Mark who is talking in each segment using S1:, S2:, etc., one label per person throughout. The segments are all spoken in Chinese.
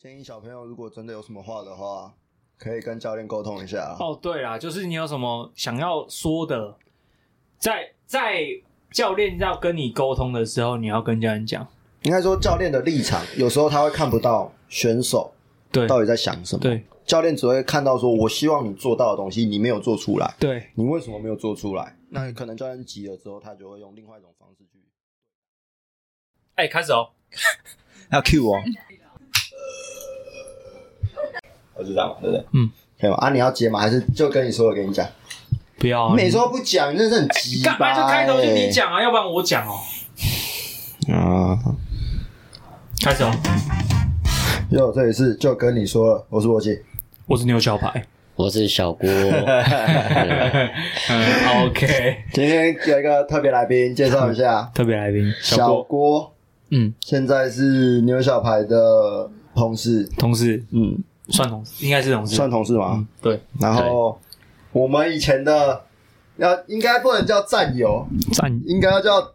S1: 建议小朋友如果真的有什么话的话，可以跟教练沟通一下。啊
S2: 哦，对啦，就是你有什么想要说的，在在教练要跟你沟通的时候，你要跟教练讲。
S1: 应该说教练的立场，有时候他会看不到选手
S2: 对
S1: 到底在想什么。
S2: 对
S1: 教练只会看到说，我希望你做到的东西，你没有做出来，
S2: 对，
S1: 你为什么没有做出来？那可能教练急了之后，他就会用另外一种方式去。
S2: 哎、开始哦。
S1: 要 Q 哦，我就这样嘛，对不对？
S2: 嗯，
S1: 可以吗？啊，你要接吗？还是就跟你说，我跟你讲，
S2: 不要、啊，
S1: 每周不讲，你真的是很急
S2: 你干嘛就开头就你讲啊，要不然我讲哦。
S1: 啊？
S2: 开始哦，
S1: 哟，这里是就跟你说了，我是罗辑。
S2: 我是牛小 排。
S3: 我是小郭，
S2: 嗯，OK，
S1: 今天有一个特别来宾，介绍一下
S2: 特别来宾
S1: 小，郭，
S2: 嗯，
S1: 现在是牛小排的同事，
S2: 同事
S1: 嗯，
S2: 算同事，应该是
S3: 嗯
S2: 同事，
S1: 算同事吗？
S2: 对，
S1: 然后我们以前的要应该不能叫战友，
S2: 战
S1: 应该要叫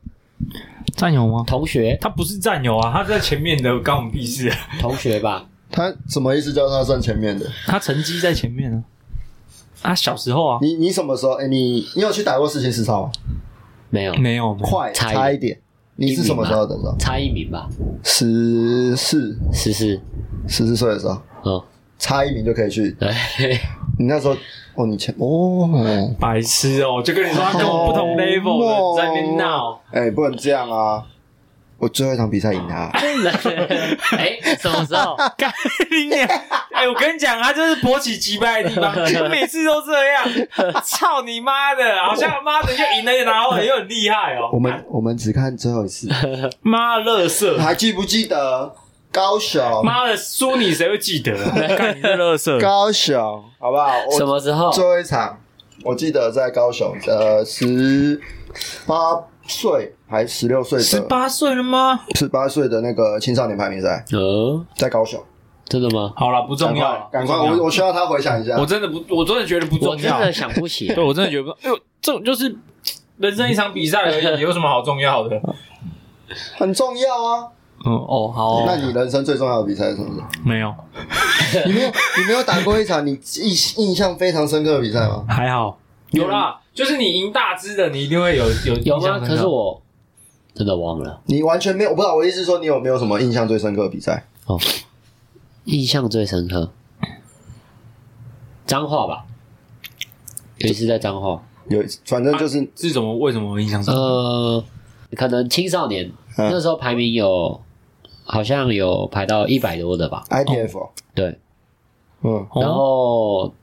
S2: 战友吗？
S3: 同学，
S2: 他不是战友啊，他在前面的，关我们屁事、啊。
S3: 同学吧，
S1: 他什么意思？叫他算前面的。
S2: 他成绩在前面啊。啊，小时候啊，
S1: 你你什么时候？哎、你你有去打过世情实操吗？
S3: 没有，
S2: 没有，没有
S1: 快
S3: 差一
S1: 差一点。你是什么时候的时候？
S3: 差一名吧，
S1: 十四
S3: 是是，
S1: 十四岁的时候，
S3: 哦，
S1: 差一名就可以去。
S3: 对，
S1: 你那时候哦，你前哦，
S2: 白痴哦、就跟你说他跟我不同 level 的，在那边闹。
S1: 哎、不能这样啊！我最后一场比赛赢他，
S2: 啊
S3: 哎，什么时候？
S2: 干你娘！ 哎，我跟你讲，他就是勃起击败的地方， 就每次都这样。操你妈的！好像妈的就赢了，然后很又很厉害哦。
S1: 我们我们只看最后一次，
S2: 妈乐色，
S1: 还记不记得高雄？
S2: 妈的输你谁会记得啊？ 干你这乐色
S1: 高雄，好不好？
S3: 什
S1: 我
S3: 么时候？
S1: 最后一场，我记得在高雄，呃，十八岁还十六岁的
S2: 十八岁了吗？
S1: 十八岁的那个青少年排名赛，
S3: 呃，
S1: 在高雄。
S3: 真的吗？
S2: 好了，不重要了，
S1: 赶快，赶快
S2: 不重要
S1: 我我需要他回想一下。
S2: 我真的不，我真的觉得不
S3: 我
S2: 重
S3: 真
S2: 要。
S3: 的想不起，
S2: 对，我真的觉得不，哎呦，这种就是人生一场比赛而 已，有什么好重要的？
S1: 很重要啊。
S2: 嗯，哦，好
S1: 那你人生最重要的比赛是什么？
S2: 没有，
S1: 你没有， 你没有打过一场你印印象非常深刻的比赛吗？
S2: 还好，有啦，就是你赢大只的，你一定会有有
S3: 有
S2: 印
S3: 吗？
S2: 象深刻
S3: 可是我真的忘了，
S1: 你完全没有，我不知道。我意思是说，你有没有什么印象最深刻的比赛？
S3: 印象最深刻，脏话吧，有一次在脏话，
S1: 有，反正就是，
S2: 是怎么为什么印象深刻？
S3: 呃，可能青少年
S1: 嗯
S3: 那时候排名有，好像有排到一百多的吧，
S1: IPF，、哦、
S3: 对，
S1: 嗯
S3: 呃
S2: 哦
S3: 然后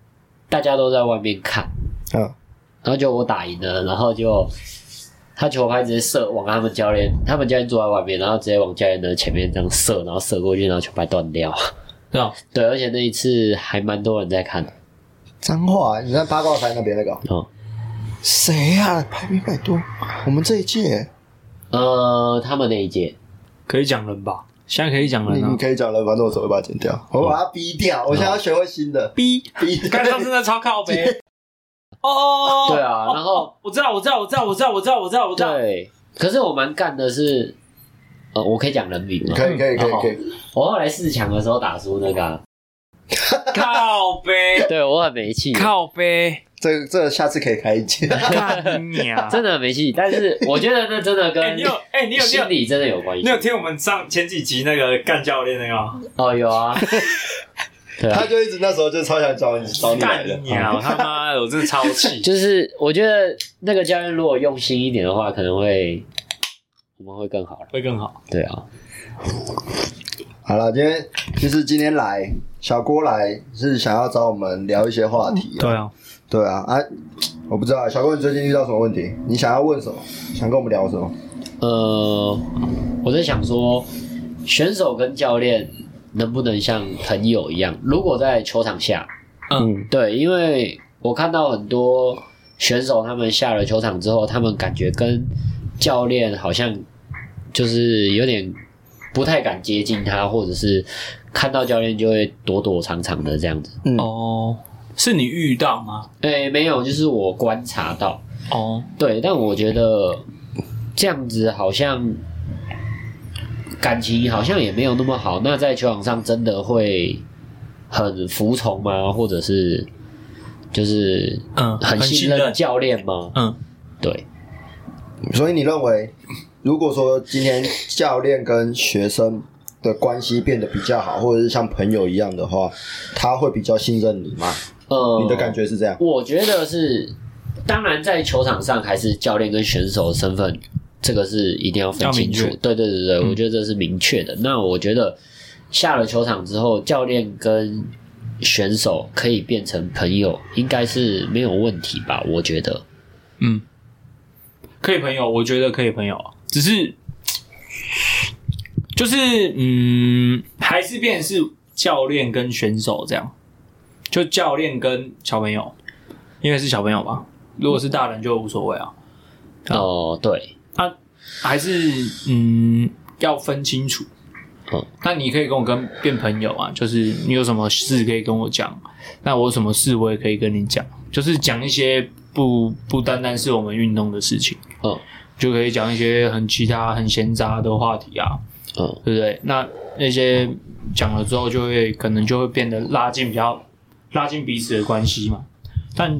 S3: 大家都在外面看，
S1: 嗯，
S3: 然后就我打赢了，然后就他球拍直接射往他们教练，他们教练坐在外面，然后直接往教练的前面这样射，然后射过去，然后球拍断掉。
S2: 对啊，
S3: 对，而且那一次还蛮多人在看的
S1: 脏话，你在八卦台那边那个
S3: 哦。
S1: 谁呀、排名一百多，我们这一届，
S3: 呃，他们那一届，
S2: 可以讲人吧？现在可以讲
S1: 你
S2: 人
S1: 你
S2: 啊。
S1: 可以讲了，反正我只会把它剪掉，我把它逼掉，我现在要学会新的
S2: 逼，
S1: 逼。
S2: 刚上次那超靠 背。哦，
S3: 对啊 然后
S2: 哦我知道，我知道，我知道，我知道，我知道，我知道，我知道。
S3: 对，可是我蛮干的是，呃，我可以讲人名吗？
S1: 可以可以可以
S3: 好
S1: 可以，
S3: 我后来四强的时候打输那个啊、
S2: 靠 背，
S3: 对我很没气，
S2: 靠背，
S1: 这个这个下次可以开一 节。
S2: 干你啊！
S3: 真的很没气。但是我觉得那真的
S2: 哎，
S3: 跟
S2: 你有，哎，你有，你有
S3: 心，理真的有关系
S2: 你有。听我们上前几集那个干教练那个吗？
S3: 哦，有啊， 对啊
S1: 他，就一直那时候就超想找你找你来
S2: 干
S1: 的，
S2: 你啊！我他妈的，我真的超气。
S3: 就是我觉得那个教练如果用心一点的话，可能会我 们会更好了。
S2: 会更好。
S3: 对啊，
S1: 好了，今天就是今天来小郭来是想要找我们聊一些话题、啊，
S2: 啊，
S1: 对啊啊，我不知道小郭你最近遇到什么问题？你想要问什么？想跟我们聊什么？
S3: 呃，我在想说，选手跟教练能不能像朋友一样？如果在球场下，
S1: 嗯，
S3: 对，因为我看到很多选手他们下了球场之后，他们感觉跟教练好像就是有点不太敢接近他，或者是看到教练就会躲躲藏藏的这样子。
S2: 哦，是你遇到吗？
S3: 诶、没有，就是我观察到，
S2: 哦，
S3: 对，但我觉得这样子好像感情好像也没有那么好，那在球场上真的会很服从吗？或者是就是
S2: 嗯，
S3: 很信任教练吗？
S2: 嗯，
S3: 对，
S1: 所以你认为，如果说今天教练跟学生的关系变得比较好，或者是像朋友一样的话，他会比较信任你吗？
S3: 呃，
S1: 你的感觉是这样？
S3: 我觉得是，当然在球场上还是教练跟选手的身份，这个是一定要分清楚
S2: 要明确。嗯
S3: 对对对对，我觉得这是明确的。那我觉得下了球场之后，教练跟选手可以变成朋友，应该是没有问题吧？我觉得，
S2: 嗯，可以朋友，我觉得可以朋友，只是就是嗯，还是变成是教练跟选手这样，就教练跟小朋友，因为是小朋友嘛，如果是大人就无所谓啊，啊
S3: 哦，对，
S2: 啊，还是嗯要分清楚。
S3: 嗯
S2: 那你可以跟我跟变朋友啊，就是你有什么事可以跟我讲，那我有什么事我也可以跟你讲，就是讲一些不不单单是我们运动的事情，
S3: 嗯
S2: 就可以讲一些很其他很闲杂的话题啊，
S3: 嗯
S2: 对不对？那那些讲了之后，就会可能就会变得拉近比较拉近彼此的关系嘛，但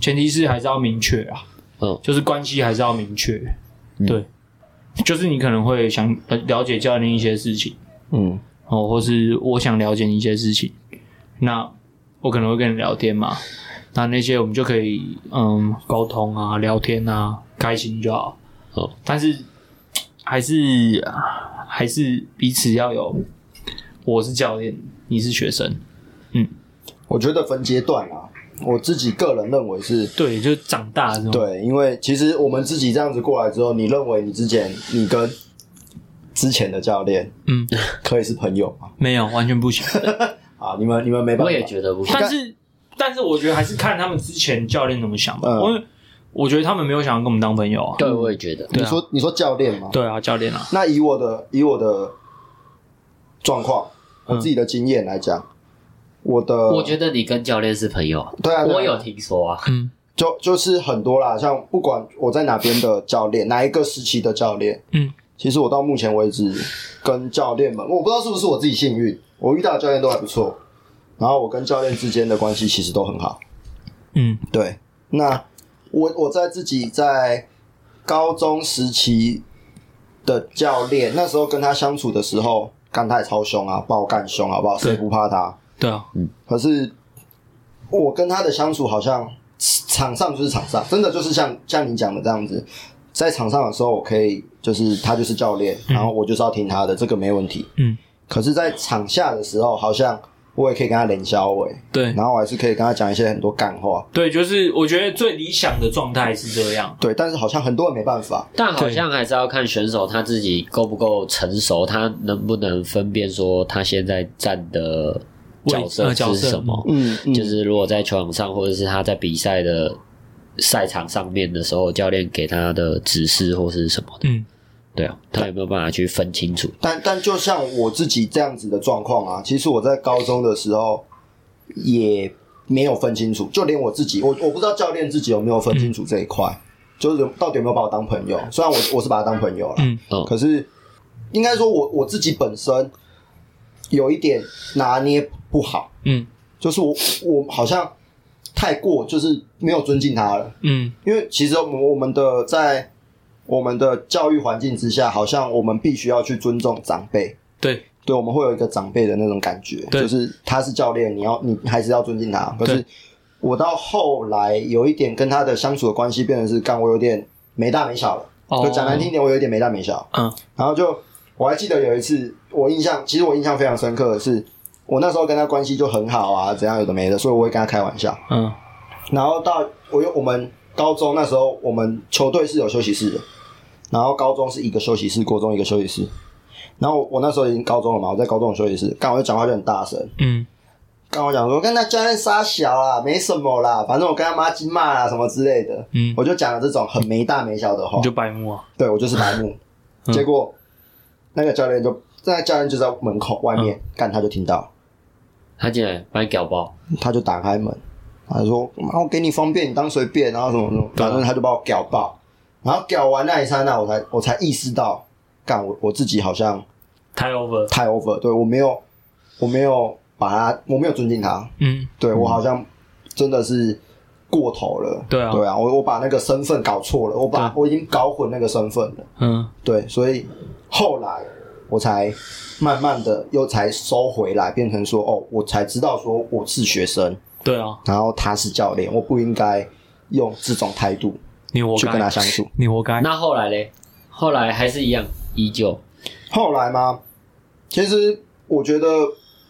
S2: 前提是还是要明确啊，
S3: 嗯
S2: 就是关系还是要明确，
S3: 嗯
S2: 对，就是你可能会想呃了解教练一些事情。
S1: 嗯，
S2: 哦，或是我想了解你一些事情，那我可能会跟你聊天嘛，那那些我们就可以嗯沟通啊、聊天啊，开心就好。
S3: 哦，
S2: 但是还是还是彼此要有，我是教练，你是学生，
S1: 我觉得分阶段啊，我自己个人认为是
S2: 对，就长大这种，
S1: 对，因为其实我们自己这样子过来之后，你认为你之前你跟之前的教练
S2: 嗯，
S1: 可以是朋友吗？
S2: 没有完全不行，
S1: 啊，你们你们没办法，
S3: 我也觉得不行。
S2: 但是但是我觉得还是看他们之前教练怎么想吧，
S1: 嗯
S2: 因为我觉得他们没有想要跟我们当朋友啊，
S3: 对，我也觉得，
S2: 对
S1: 你
S2: 啊
S1: 说你说教练吗？
S2: 对啊，教练啊，
S1: 那以我的以我的状况，我自己的经验来讲，我的
S3: 我觉得你跟教练是朋友啊，
S1: 对啊，对啊
S3: 我有听说啊。
S2: 嗯
S1: 就就是很多啦，像不管我在哪边的教练，哪一个时期的教练，
S2: 嗯，
S1: 其实我到目前为止跟教练们，我不知道是不是我自己幸运，我遇到的教练都还不错，然后我跟教练之间的关系其实都很好。
S2: 嗯
S1: 对，那我我在自己在高中时期的教练，那时候跟他相处的时候，干他也超凶啊，爆干凶好不好？谁
S2: 对
S1: 不怕他？
S2: 对啊，
S1: 可是我跟他的相处好像场上就是场上，真的就是像像你讲的这样子，在场上的时候我可以就是他就是教练，然后我就是要听他的，这个没问题。
S2: 嗯，
S1: 可是，在场下的时候，好像我也可以跟他冷消尾，
S2: 对。
S1: 然后我还是可以跟他讲一些很多干话。
S2: 对，就是我觉得最理想的状态是这样。
S1: 对，但是好像很多人没办法。
S3: 但好像还是要看选手他自己够不够成熟，他能不能分辨说他现在站的角色
S2: 位呃
S3: 是什么。
S1: 嗯，嗯
S3: 就是如果在球场上，或者是他在比赛的赛场上面的时候，教练给他的指示或是什么的，
S2: 嗯，
S3: 对啊，他有没有办法去分清楚？
S1: 但但就像我自己这样子的状况啊，其实我在高中的时候也没有分清楚，就连我自己，我我不知道教练自己有没有分清楚这一块，就是到底有没有把我当朋友。虽然我我是把他当朋友了，
S2: 嗯
S3: 嗯
S1: 可是应该说我我自己本身有一点拿捏不好，
S2: 嗯
S1: 就是我我好像太过就是没有尊敬他了。
S2: 嗯
S1: 因为其实我们我们的在我们的教育环境之下，好像我们必须要去尊重长辈，
S2: 对
S1: 对我们会有一个长辈的那种感觉，
S2: 对
S1: 就是他是教练，你要你还是要尊敬他。可是
S2: 对
S1: 我到后来有一点跟他的相处的关系变成是，干我有点没大没小了，
S2: 哦
S1: 就讲难听一点，我有点没大没小。
S2: 嗯
S1: 然后就我还记得有一次，我印象其实我印象非常深刻的是，我那时候跟他关系就很好啊，怎样有的没的，所以我会跟他开玩笑。
S2: 嗯
S1: 然后到我有我们高中那时候，我们球队是有休息室的，然后高中是一个休息室，国中一个休息室。然后我我那时候已经高中了嘛，我在高中有休息室，刚我就讲话就很大声，
S2: 嗯
S1: 刚我讲说跟他教练撒小啦，没什么啦，反正我跟他妈金骂啦什么之类的，
S2: 嗯，
S1: 我就讲了这种很没大没小的话
S2: 你，就白目啊，
S1: 对我就是白目。
S2: 嗯
S1: 结果那个教练就那个教练就在门口外面，干他就听到了。
S3: 他进来把你搞爆，
S1: 他就打开门，他就说：“妈，我给你方便，你当随便，然后什么什么，
S2: 对啊
S1: 反正他就把我屌爆。然后屌完那一刹那，我才我才意识到，干我我自己好像
S2: 太 over，
S1: 太 over，对我没有，我没有把他，我没有尊敬他，
S2: 嗯，
S1: 对我好像真的是过头了。
S2: 对啊
S1: 对啊，我我把那个身份搞错了，我把
S2: 对
S1: 我已经搞混那个身份了。
S2: 嗯，
S1: 对，所以后来我才慢慢的又才收回来，变成说哦，我才知道说我是学生，
S2: 对啊，
S1: 然后他是教练，我不应该用这种态度
S2: 你活
S1: 去跟
S2: 该
S1: 他，嗯相处。
S2: 你活
S1: 哎
S2: 该。
S3: 那后来嘞？后来还是一样，依旧。
S1: 后来嘛，其实我觉得，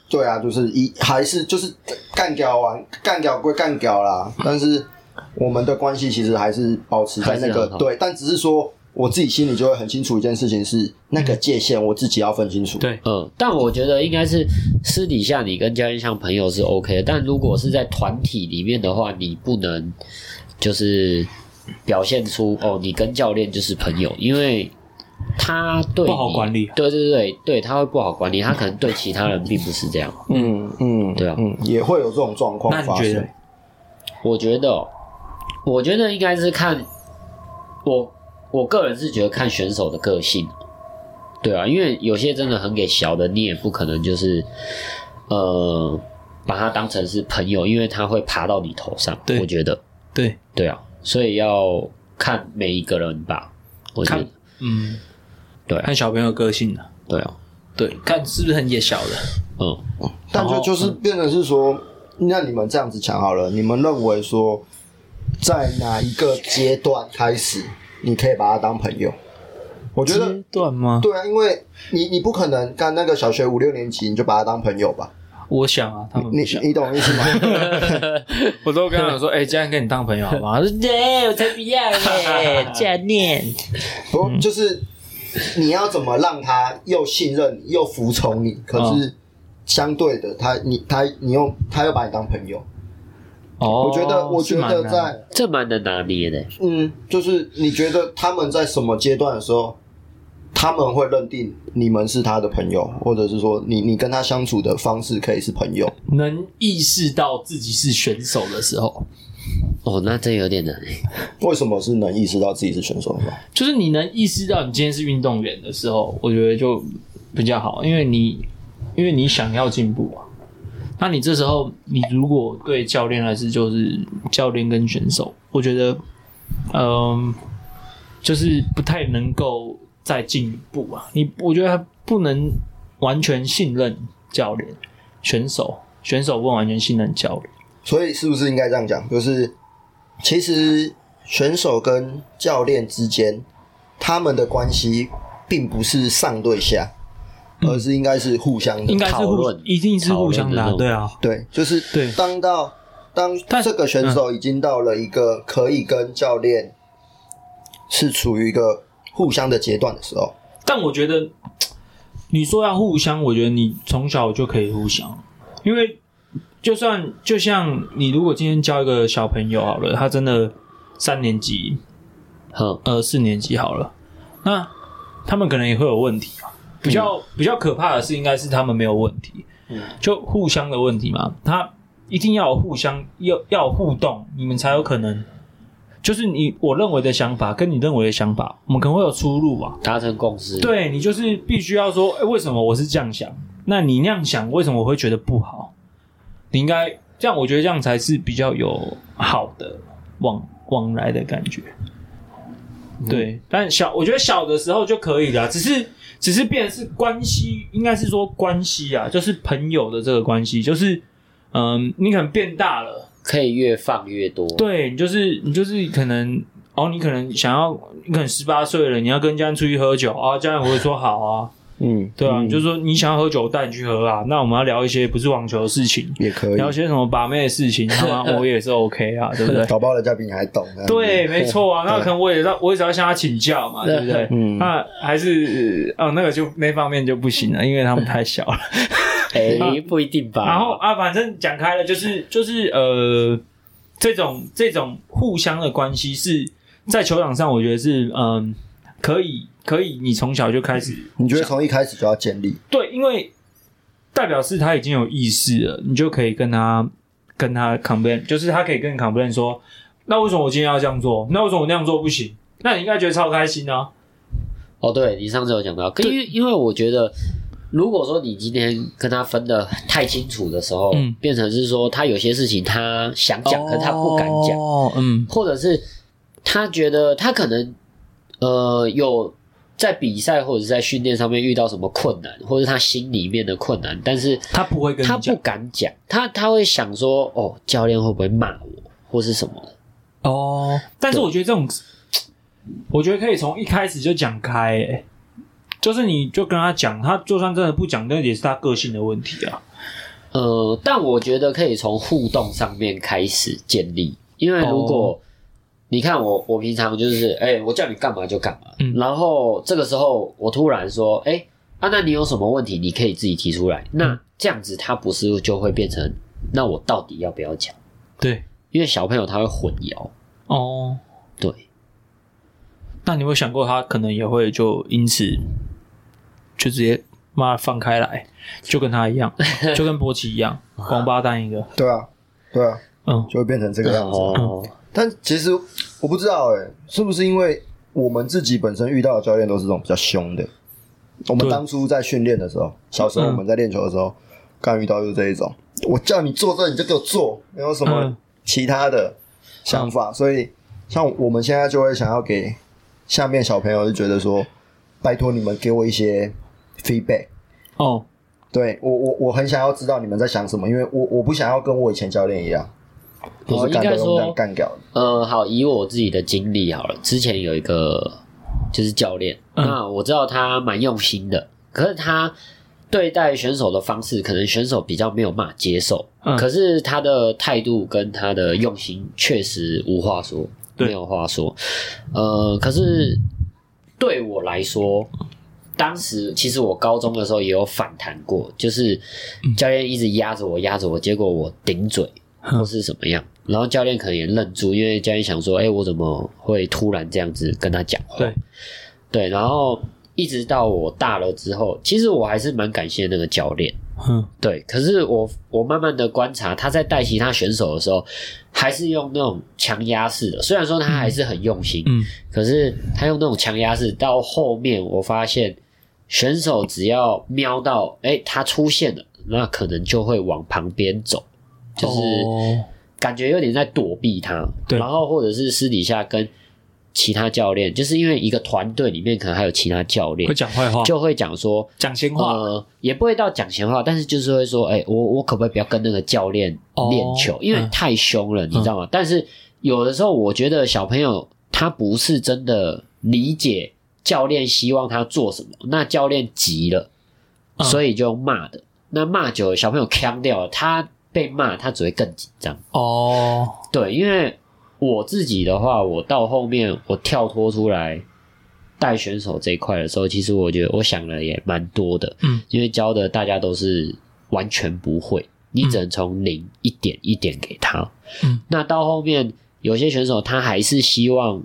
S1: 对啊，就是一还是就是干掉完，干掉归干掉啦，但是我们的关系其实还是保持在那
S3: 还是
S1: 个
S3: 很好
S1: 对，但只是说我自己心里就会很清楚一件事情是那个界限，我自己要分清楚。
S2: 对，
S3: 嗯，但我觉得应该是私底下你跟教练像朋友是 OK 的，但如果是在团体里面的话，你不能就是表现出哦，你跟教练就是朋友，因为他对
S2: 不好
S3: 你
S2: 管理啊
S3: 对对对对，他会不好管理，他可能对其他人并不是这样。
S1: 嗯嗯，
S3: 对啊
S1: 嗯，也会有这种状况
S2: 那你
S1: 发
S2: 觉
S1: 生
S2: 得。
S3: 我觉得哦，我觉得应该是看我我个人是觉得看选手的个性，啊对啊，因为有些真的很给小的，你也不可能就是呃把他当成是朋友，因为他会爬到你头上。
S2: 对
S3: 我觉得
S2: 对，
S3: 对啊，所以要看每一个人吧。我觉得
S2: 看嗯，
S3: 对啊
S2: 看小朋友个性的，
S3: 对啊，
S2: 对，看是不是很野小的，
S3: 嗯，
S1: 但就
S2: 然后
S1: 就是变成是说，那你们这样子讲好了，你们认为说，在哪一个阶段开始，你可以把他当朋友？我觉得
S2: 阶段吗？
S1: 对啊，因为你你不可能干那个小学五六年级你就把他当朋友吧？
S2: 我想啊，他们
S1: 你
S2: 不想，
S1: 你懂我意思 吗？
S2: 我都跟他们说，哎，这样跟你当朋友好吗？ 他说对，我才不要嘞，这样念。
S1: 不，
S2: 嗯
S1: 就是你要怎么让他又信任你又服从你，可
S2: 嗯
S1: 是相对的他你他你用他又把你当朋友，
S2: 哦，
S1: 我觉得我觉
S2: 是蛮
S1: 得
S2: 难
S1: 在。
S3: 这蛮能拿捏的。欸
S1: 嗯，就是你觉得他们在什么阶段的时候，他们会认定你们是他的朋友，或者是说你你跟他相处的方式可以是朋友？
S2: 能意识到自己是选手的时候，
S3: 哦，那这有点难欸。
S1: 为什么是能意识到自己是选手吗？
S2: 就是你能意识到你今天是运动员的时候，我觉得就比较好，因为你因为你想要进步啊。那你这时候，你如果对教练来说，就是教练跟选手，我觉得，嗯、就是不太能够再进一步啊。你我觉得不能完全信任教练、选手，选手不能完全信任教练。
S1: 所以是不是应该这样讲？就是其实选手跟教练之间，他们的关系并不是上对下，而是应该是互相的
S2: 应。该是
S3: 讨
S2: 互
S3: 论，
S2: 一定是互相的、
S3: 讨
S2: 啊，
S3: 论的
S2: 对啊，
S1: 对，就是
S2: 对
S1: 当到当
S2: 但嗯
S1: 这个选手已经到了一个可以跟教练是处于一个互相的阶段的时候，
S2: 但我觉得你说要互相，我觉得你从小就可以互相，因为就算就像你如果今天教一个小朋友好了，他真的三年级
S3: 哼，
S2: 呃四年级好了，那他们可能也会有问题嘛。比较、比较可怕的是，应该是他们没有问题，就互相的问题嘛。他一定要有互相要要互动，你们才有可能。就是你我认为的想法跟你认为的想法，我们可能会有出入啊。
S3: 达成共识。
S2: 对你就是必须要说，哎、为什么我是这样想？那你那样想，为什么我会觉得不好？你应该这样，我觉得这样才是比较有好的往往来的感觉。对，但小我觉得小的时候就可以了，啊只是只是变成是关系，应该是说关系啊，就是朋友的这个关系，就是嗯，你可能变大了。
S3: 可以越放越多。
S2: 对你就是你就是可能哦，你可能想要，你可能十八岁了，你要跟家人出去喝酒啊，家人会说好啊，
S1: 嗯，
S2: 对啊，你就说你想要喝酒，我带你去喝啊。那我们要聊一些不是网球的事情，
S1: 也可以
S2: 聊一，些什么把妹的事情，他 妈我也是 OK 啊，对不对？
S1: 搞不好人家比你还懂。这样子
S2: 对，没错啊，那可
S1: 对
S2: 能我也要，我也只要向他请教嘛，对不对？
S1: 嗯
S2: 那还是呃哦，那个就那方面就不行了，因为他们太小了。
S3: 哎、不一定
S1: 嗯
S3: 吧。
S2: 呃然后啊，反正讲开了，就是就是呃，这种这种互相的关系是在球场上，我觉得是嗯、可以可以，你从小就开始
S1: 你觉得从一开始就要建立？
S2: 对，因为代表是他已经有意识了，你就可以跟他跟他 complain，就是他可以跟你 complain 说，那为什么我今天要这样做？那为什么我那样做不行？那你应该觉得超开心啊！
S3: 哦，对你上次有讲到，可因为因为我觉得如果说你今天跟他分的太清楚的时候，
S2: 嗯
S3: 变成是说他有些事情他想讲，可是他不敢讲，
S2: 哦，嗯
S3: 或者是他觉得他可能呃有在比赛或者是在训练上面遇到什么困难，或者他心里面的困难，但是
S2: 他不会跟你
S3: 他
S2: 讲
S3: 不敢讲，他他会想说，哦，教练会不会骂我，或是什么的？
S2: 哦，但是我觉得这种，我觉得可以从一开始就讲开、欸，就是你就跟他讲，他就算真的不讲，那也是他个性的问题啊。
S3: 呃，但我觉得可以从互动上面开始建立，因为如果、你看我，我平常就是，哎、我叫你干嘛就干嘛，
S2: 嗯
S3: 然后这个时候我突然说，哎、啊，那你有什么问题，你可以自己提出来。那这样子，他不是就会变成，那我到底要不要讲？
S2: 对，
S3: 因为小朋友他会混淆，
S2: 哦，
S3: 对，
S2: 那你有没有想过他可能也会就因此就直接妈放开来，就跟他一 样，就跟波奇一样，王八蛋一个。
S1: 对啊，对啊，
S2: 嗯，
S1: 就会变成这个样子。
S3: 哦，
S1: 但其实我不知道、欸，是不是因为我们自己本身遇到的教练都是这种比较凶的？我们
S2: 对
S1: 当初在训练的时候，小时候我们在练球的时
S3: 嗯
S1: 候，刚、遇到就是这一种，我叫你做这你就给我做，没有什么
S2: 嗯
S1: 其他的想法。所以像我们现在就会想要给下面小朋友就觉得说，拜托你们给我一些 feedback。
S2: 哦，
S1: 对我我我很想要知道你们在想什么，因为我我不想要跟我以前教练一样，都
S3: 哦
S1: 是干
S3: 应该
S1: 掉用这样
S3: 说
S1: 干掉的。
S3: 呃，好，以我自己的经历好了，之前有一个就是教练，
S2: 嗯
S3: 那我知道他蛮用心的，可是他对待选手的方式，可能选手比较没有办法接受，
S2: 嗯
S3: 可是他的态度跟他的用心确实无话说，
S2: 对
S3: 没有话说。呃，可是对我来说，当时其实我高中的时候也有反弹过，就是教练一直压着我，压着我，结果我顶嘴
S2: 嗯
S3: 或是怎么样，然后教练可能也愣住，因为教练想说，哎、我怎么会突然这样子跟他讲话？
S2: 对，
S3: 对，然后一直到我大了之后，其实我还是蛮感谢那个教练。
S2: 嗯，
S3: 对，可是我我慢慢的观察，他在带其他选手的时候，还是用那种强压式的。虽然说他还是很用心，
S2: 嗯
S3: 可是他用那种强压式，到后面我发现选手只要瞄到，哎、他出现了，那可能就会往旁边走，就是
S2: 哦
S3: 感觉有点在躲避他。
S2: 对
S3: 然后或者是私底下跟其他教练，就是因为一个团队里面可能还有其他教练
S2: 会，讲坏话，
S3: 就会讲说，
S2: 讲闲话。
S3: 呃，也不会到讲闲话，但是就是会说，哎、我我可不可以不要跟那个教练练球？
S2: 哦
S3: 因为
S2: 嗯
S3: 太凶了，你知道吗？但是有的时候，我觉得小朋友他不是真的理解教练希望他做什么，那教练急了，
S2: 嗯
S3: 所以就用骂的。那骂久了，小朋友呛掉了，他被骂，他只会更紧张。
S2: 哦，
S3: 对，因为我自己的话，我到后面我跳脱出来带选手这一块的时候，其实我觉得我想了也蛮多的，
S2: 嗯，
S3: 因为教的大家都是完全不会，你只能从零一点一点给他，
S2: 嗯，
S3: 那到后面有些选手他还是希望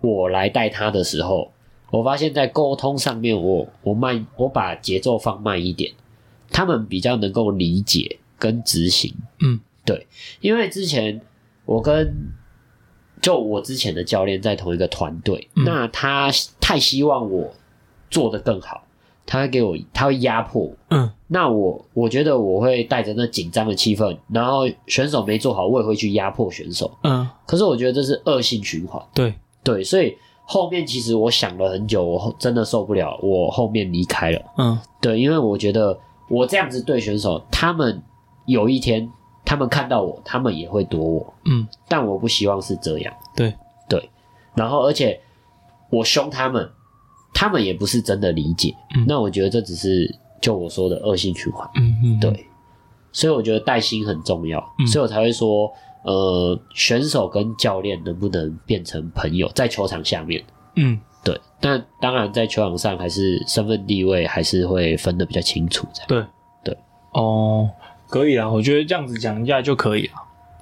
S3: 我来带他的时候，我发现在沟通上面我，我慢，我把节奏放慢一点，他们比较能够理解跟执行。
S2: 嗯，
S3: 对，因为之前我跟就我之前的教练在同一个团队，
S2: 嗯
S3: 那他太希望我做得更好，他会给我，他会压迫我。
S2: 嗯，
S3: 那我我觉得我会带着那紧张的气氛，然后选手没做好，我也会去压迫选手。
S2: 嗯，
S3: 可是我觉得这是恶性循环，
S2: 对，
S3: 对，所以后面其实我想了很久，我后真的受不了，我后面离开了。
S2: 嗯，
S3: 对，因为我觉得我这样子对选手，他们有一天他们看到我，他们也会躲我，
S2: 嗯，
S3: 但我不希望是这样。
S2: 对，
S3: 对，然后而且我凶他们，他们也不是真的理解。
S2: 嗯
S3: 那我觉得这只是就我说的恶性循环。
S2: 嗯嗯，
S3: 对，所以我觉得带薪很重要，
S2: 嗯
S3: 所以我才会说，呃，选手跟教练能不能变成朋友，在球场下面，
S2: 嗯，
S3: 对，但当然在球场上还是身份地位还是会分得比较清楚，这样，
S2: 对，
S3: 对，
S2: 哦，可以啦，我觉得这样子讲一下就可以了，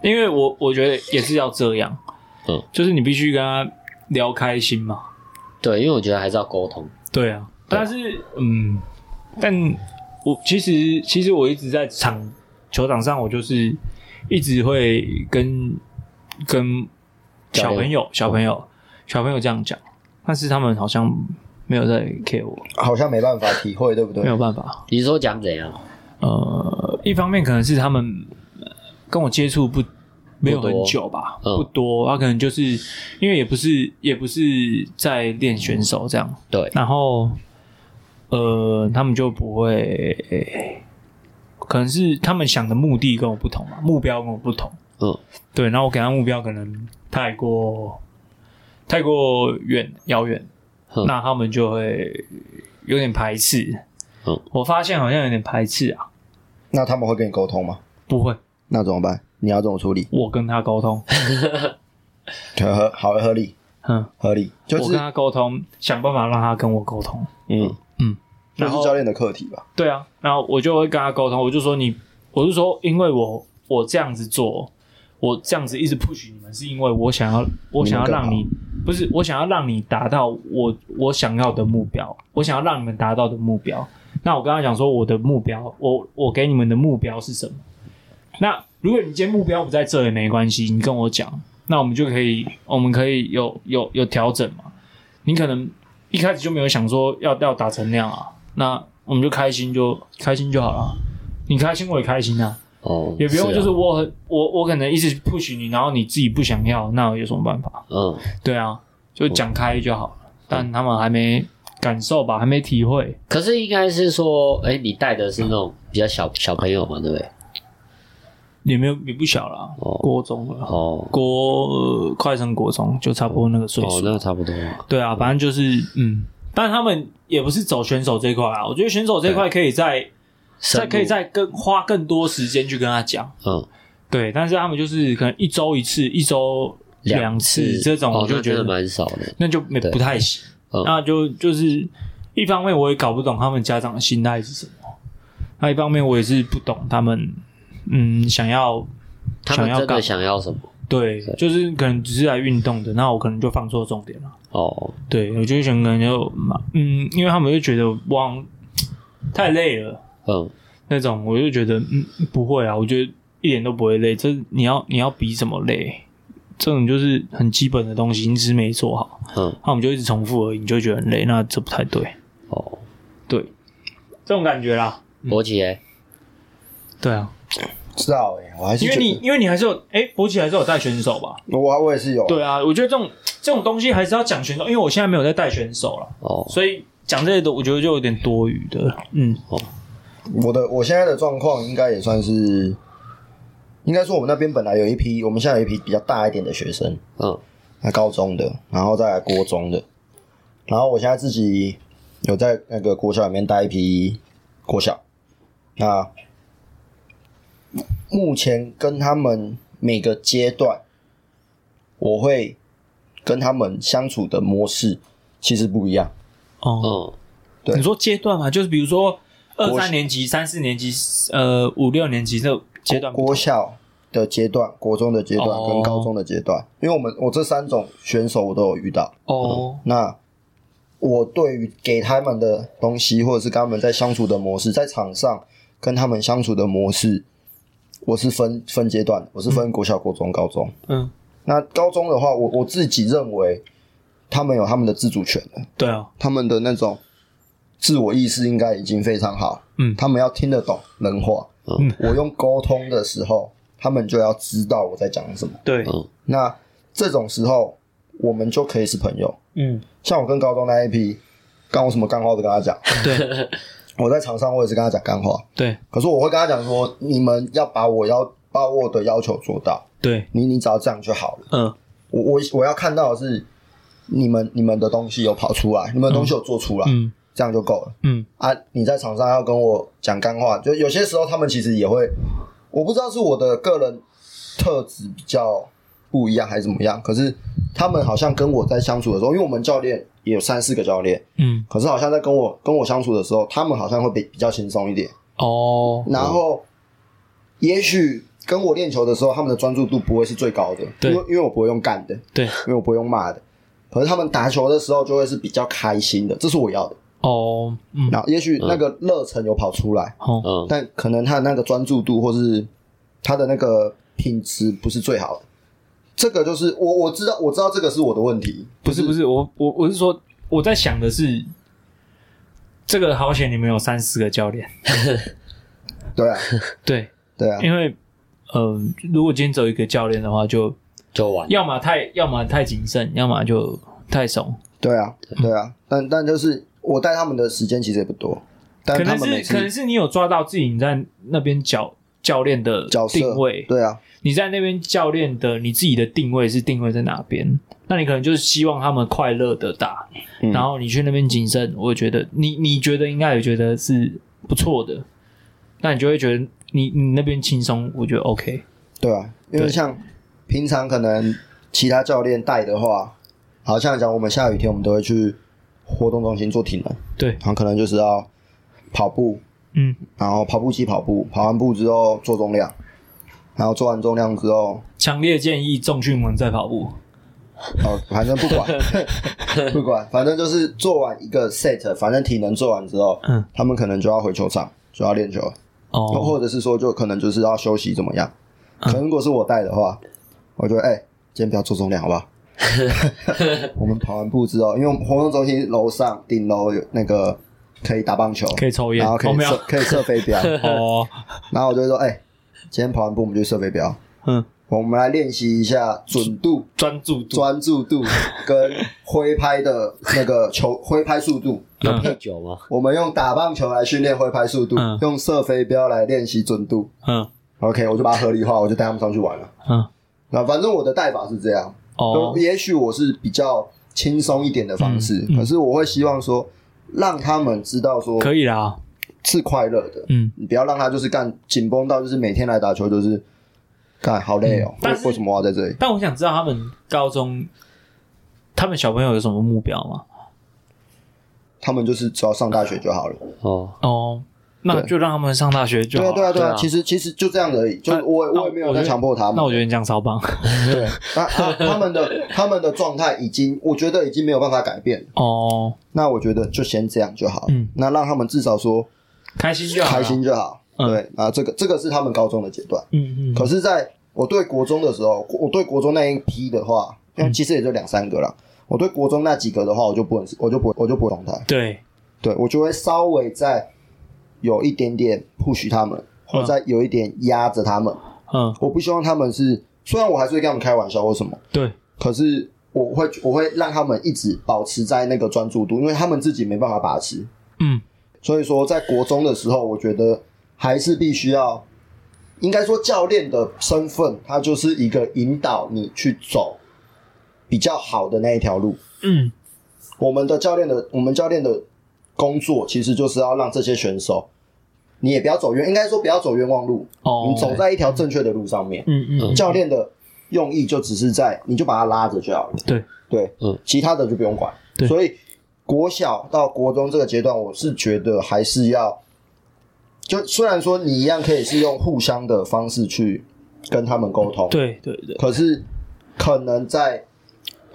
S2: 因为我我觉得也是要这样，
S3: 嗯，
S2: 就是你必须跟他聊开心嘛，
S3: 对，因为我觉得还是要沟通，
S2: 对啊，但是嗯，但我其实其实我一直在场球场上，我就是一直会跟跟
S3: 教
S2: 小
S3: 练
S2: 朋友小朋友小朋友这样讲，但是他们好像没有在 care 我，
S1: 好像没办法体会，对不对
S2: 没？有办法。
S3: 你说讲怎样？
S2: 呃，一方面可能是他们呃跟我接触不没有很久吧，
S3: 嗯
S2: 不多，他、可能就是因为也不是也不是在练选手这样，
S3: 对，
S2: 然后呃，他们就不会，可能是他们想的目的跟我不同嘛，目标跟我不同，
S3: 嗯，
S2: 对，然后我给他目标可能太过太过远遥远，
S3: 嗯
S2: 那他们就会有点排斥。
S3: 嗯
S2: 我发现好像有点排斥啊，
S1: 那他们会跟你沟通吗？
S2: 不会，
S1: 那怎么办？你要怎么处理？
S2: 我跟他沟通，
S1: 合好合理
S2: 嗯，
S1: 合理，就
S2: 我
S1: 是
S2: 跟他沟通，想办法让他跟我沟通。
S1: 嗯
S2: 嗯，
S1: 这
S2: 然
S1: 是
S2: 后
S1: 教练的课题吧？
S2: 对啊，然后我就会跟他沟通，我就说你，我就说，因为我我这样子做，我这样子一直 push 你们，是因为我想要，我想要让
S1: 你
S2: 你，不是我想要让你达到我我想要的目标，我想要让你们达到的目标。那我跟他讲说，我的目标，我我给你们的目标是什么？那如果你今天目标不在这也没关系，你跟我讲，那我们就可以，我们可以有有有调整嘛。你可能一开始就没有想说要要打成那样啊，那我们就开心就开心就好了。你开心我也开心啊，
S3: 哦，
S2: 也不用
S3: 啊
S2: 就是我很我我可能一直 push 你，然后你自己不想要，那有什么办法？
S3: 嗯，
S2: 对啊，就讲开就好了。但他们还没感受吧，还没体会。
S3: 可是应该是说，哎，你带的是那种比较小小朋友嘛，对不对？
S2: 也没有也不小了，
S3: 哦
S2: 国中了，
S3: 哦，
S2: 国、呃快升国中就差不多那个岁
S3: 哦，
S2: 数。
S3: 那差不多。
S2: 对啊，反正就是嗯，但他们也不是走选手这一块啊。我觉得选手这一块可以再
S3: 深
S2: 再
S3: 入
S2: 可以再更花更多时间去跟他讲。
S3: 嗯
S2: 对，但是他们就是可能一周一次，一周两次这种，
S3: 哦
S2: 我就
S3: 那
S2: 觉
S3: 真
S2: 得
S3: 的蛮少的。
S2: 那就没
S3: 对
S2: 不太行。
S3: 嗯
S2: 那就就是一方面我也搞不懂他们家长的心态是什么，那一方面我也是不懂他们嗯想要
S3: 他们
S2: 想要
S3: 真
S2: 干嘛
S3: 的想要什么？
S2: 对，
S3: 对
S2: 就是可能只是来运动的，那我可能就放错重点了。
S3: 哦，
S2: 对，我就想可能就嗯，因为他们就觉得我好像太累了。
S3: 嗯，
S2: 那种，我就觉得嗯不会啊，我觉得一点都不会累。这你要你要比什么累？这种就是很基本的东西，你只是没做好，
S3: 嗯，
S2: 那我们就一直重复而已，你就会觉得很累，那这不太对。
S3: 哦，
S2: 对，啊这种感觉啦。
S3: 博奇哎，
S2: 对啊，
S1: 不知道哎、我还是
S2: 因为
S1: 觉
S2: 你
S1: 得
S2: 因为你还是有哎，博奇还是有带选手吧？
S1: 我我也是有
S2: 对啊，我觉得这种这种东西还是要讲选手，因为我现在没有在带选手了，
S3: 哦，
S2: 所以讲这些的我觉得就有点多余的了。嗯，
S1: 我的我现在的状况应该也算是，应该说我们那边本来有一批，我们现在有一批比较大一点的学生，
S3: 嗯，
S1: 那高中的，然后再来国中的，然后我现在自己有在那个国小里面带一批国小，那目前跟他们每个阶段，我会跟他们相处的模式其实不一样。
S2: 哦，
S3: 嗯，
S1: 对
S2: 你说阶段嘛，就是比如说二
S1: 国
S2: 三年级、三四年级、呃五六年级这阶段不
S1: 国小的阶段、国中的阶段
S2: 哦
S1: 跟高中的阶段，因为我们我这三种选手我都有遇到。
S2: 哦，
S1: 那我对于给他们的东西，或者是跟他们在相处的模式，在场上跟他们相处的模式，我是分分阶段的，我是分国小、国中、高中。
S2: 嗯，
S1: 那高中的话，我我自己认为他们有他们的自主权了，
S2: 对啊，
S1: 他们的那种自我意识应该已经非常好。
S2: 嗯
S1: 他们要听得懂人话。
S3: 嗯
S1: 我用沟通的时候，他们就要知道我在讲什么。
S2: 对，
S3: 嗯，
S1: 那这种时候，我们就可以是朋友。
S2: 嗯，
S1: 像我跟高中那一批，干我什么干话我都跟他讲。
S2: 对
S1: 我在场上我也是跟他讲干话，
S2: 对
S1: 可是我会跟他讲说，你们要把我要把我的要求做到，
S2: 对，
S1: 你你只要这样就好了。
S2: 嗯
S1: 我我我要看到的是，你们你们的东西有跑出来，你们的东西有做出来，
S2: 嗯
S1: 这样就够了。
S2: 嗯
S1: 啊，你在场上要跟我讲干话，就有些时候他们其实也会，我不知道是我的个人特质比较不一样还是怎么样，可是他们好像跟我在相处的时候，因为我们教练也有三四个教练，
S2: 嗯，
S1: 可是好像在跟我跟我相处的时候，他们好像会比比较轻松一点，
S2: 哦，
S1: 然后也许跟我练球的时候，他们的专注度不会是最高的，
S2: 对
S1: 因为因为我不会用干的，因
S2: 对，
S1: 为我不会用骂的。可是他们打球的时候就会是比较开心的，这是我要的。
S2: 哦，嗯，
S1: 然后也许那个热忱有跑出来，
S2: 哦，
S3: 嗯，
S1: 但可能他的那个专注度或是他的那个品质不是最好的。这个就是我我知道我知道这个是我的问题，
S2: 不是不是，我我我是说我在想的是，这个好险，你们有三四个教练。
S1: 对啊，
S2: 对，
S1: 对啊，
S2: 因为呃，如果今天只有一个教练的话，就
S3: 就完了。
S2: 要么太要么太谨慎，要么就太怂。
S1: 对啊，对啊。但但就是我带他们的时间其实也不多，但
S2: 可
S1: 他
S2: 能
S1: 们每
S2: 是可能
S1: 次
S2: 是你有抓到自己你在那边教教练的
S1: 角色
S2: 定位，
S1: 对啊，
S2: 你在那边教练的你自己的定位是定位在哪边？那你可能就是希望他们快乐的打，
S1: 嗯
S2: 然后你去那边谨慎，我觉得你你觉得应该也觉得是不错的，那你就会觉得你你那边轻松，我觉得 OK。
S1: 对啊，因为
S2: 对
S1: 像平常可能其他教练带的话，好像讲我们下雨天我们都会去活动中心做体能，
S2: 对，
S1: 然后可能就是要跑步，
S2: 嗯，
S1: 然后跑步机跑步，跑完步之后做重量，然后做完重量之后，
S2: 强烈建议重训完再跑步。
S1: 哦，反正不管不管，反正就是做完一个 set，反正体能做完之后，
S2: 嗯，
S1: 他们可能就要回球场，就要练球了。
S2: 哦，嗯
S1: 或者是说就可能就是要休息怎么样？可能如果是我带的话，我觉得哎、今天不要做重量好不 好？我们跑完步之后，因为我们活动中心楼上顶楼有那个可以打棒球，
S2: 可以抽烟，
S1: 然后可
S2: 哦
S1: 以
S2: 没
S1: 射、
S2: 有
S1: 可以射飞 镖，
S2: 哦，
S1: 然后我就会说哎、今天跑完步我们就射飞镖，
S2: 嗯，
S1: 我们来练习一下准度、
S2: 专注度，
S1: 专注度跟挥拍的那个 球挥拍速度。
S3: 有配酒吗？
S1: 我们用打棒球来训练挥拍速度，
S2: 嗯
S1: 用射飞镖来练习准度。
S2: 嗯
S1: OK，我就把它合理化，我就带他们上去玩了。
S2: 嗯，
S1: 那反正我的带法是这样，
S2: 哦
S1: 就，也许我是比较轻松一点的方式，
S2: 嗯嗯
S1: 可是我会希望说，让他们知道说
S2: 可以啦，
S1: 是快乐的，
S2: 嗯，
S1: 你不要让他就是干紧绷到就是每天来打球就是干好累哦，为
S2: 嗯但是
S1: 为什么我要在这里？
S2: 但我想知道他们高中，他们小朋友有什么目标吗？
S1: 他们就是只要上大学就好了。
S3: 哦，
S2: 哦，那
S1: 对
S2: 就让他们上大学就
S1: 对
S2: 好
S1: 啊，
S2: 了。
S1: 对啊，对
S3: 对
S1: 啊
S3: 啊，
S1: 其实其实就这样而已，就是
S2: 那
S1: 我
S2: 那
S1: 我也没有
S2: 我
S1: 在
S2: 觉得
S1: 强迫他们
S2: 那。我觉得你这样超棒
S1: 对，那啊他们的他们的状态已经，我觉得已经没有办法改变了。
S2: 哦，
S1: 那我觉得就先这样就好了。
S2: 嗯
S1: 那让他们至少说
S2: 开心就好，
S1: 开心，就好。
S2: 嗯
S1: 对啊，这个这个是他们高中的阶段。
S2: 嗯嗯，
S1: 可是，在我对国中的时候，我对国中那一批的话，因为其实也就两三个啦。我对国中那几个的话，我就不能，我就不，我就不会动态。
S2: 对，
S1: 对我就会稍微再有一点点 push 他们，或者再有一点压着他们。
S2: 嗯，
S1: 我不希望他们是，虽然我还是会跟他们开玩笑或什么，
S2: 对，
S1: 可是我会我会让他们一直保持在那个专注度，因为他们自己没办法把持。
S2: 嗯，
S1: 所以说，在国中的时候，我觉得还是必须要，应该说教练的身份，他就是一个引导你去走比较好的那一条路。
S2: 嗯，
S1: 我们的教练的，我们教练的工作其实就是要让这些选手，你也不要走冤，应该说不要走冤枉路，
S2: 哦，
S1: 你走在一条正确的路上面。
S2: 嗯，嗯嗯，
S1: 教练的用意就只是在，你就把他拉着就好了。
S2: 对
S1: 对，
S3: 嗯，
S1: 其他的就不用管。
S2: 对
S1: 所以国小到国中这个阶段，我是觉得还是要，就虽然说你一样可以是用互相的方式去跟他们沟通，，
S2: 对对对，
S1: 可是可能在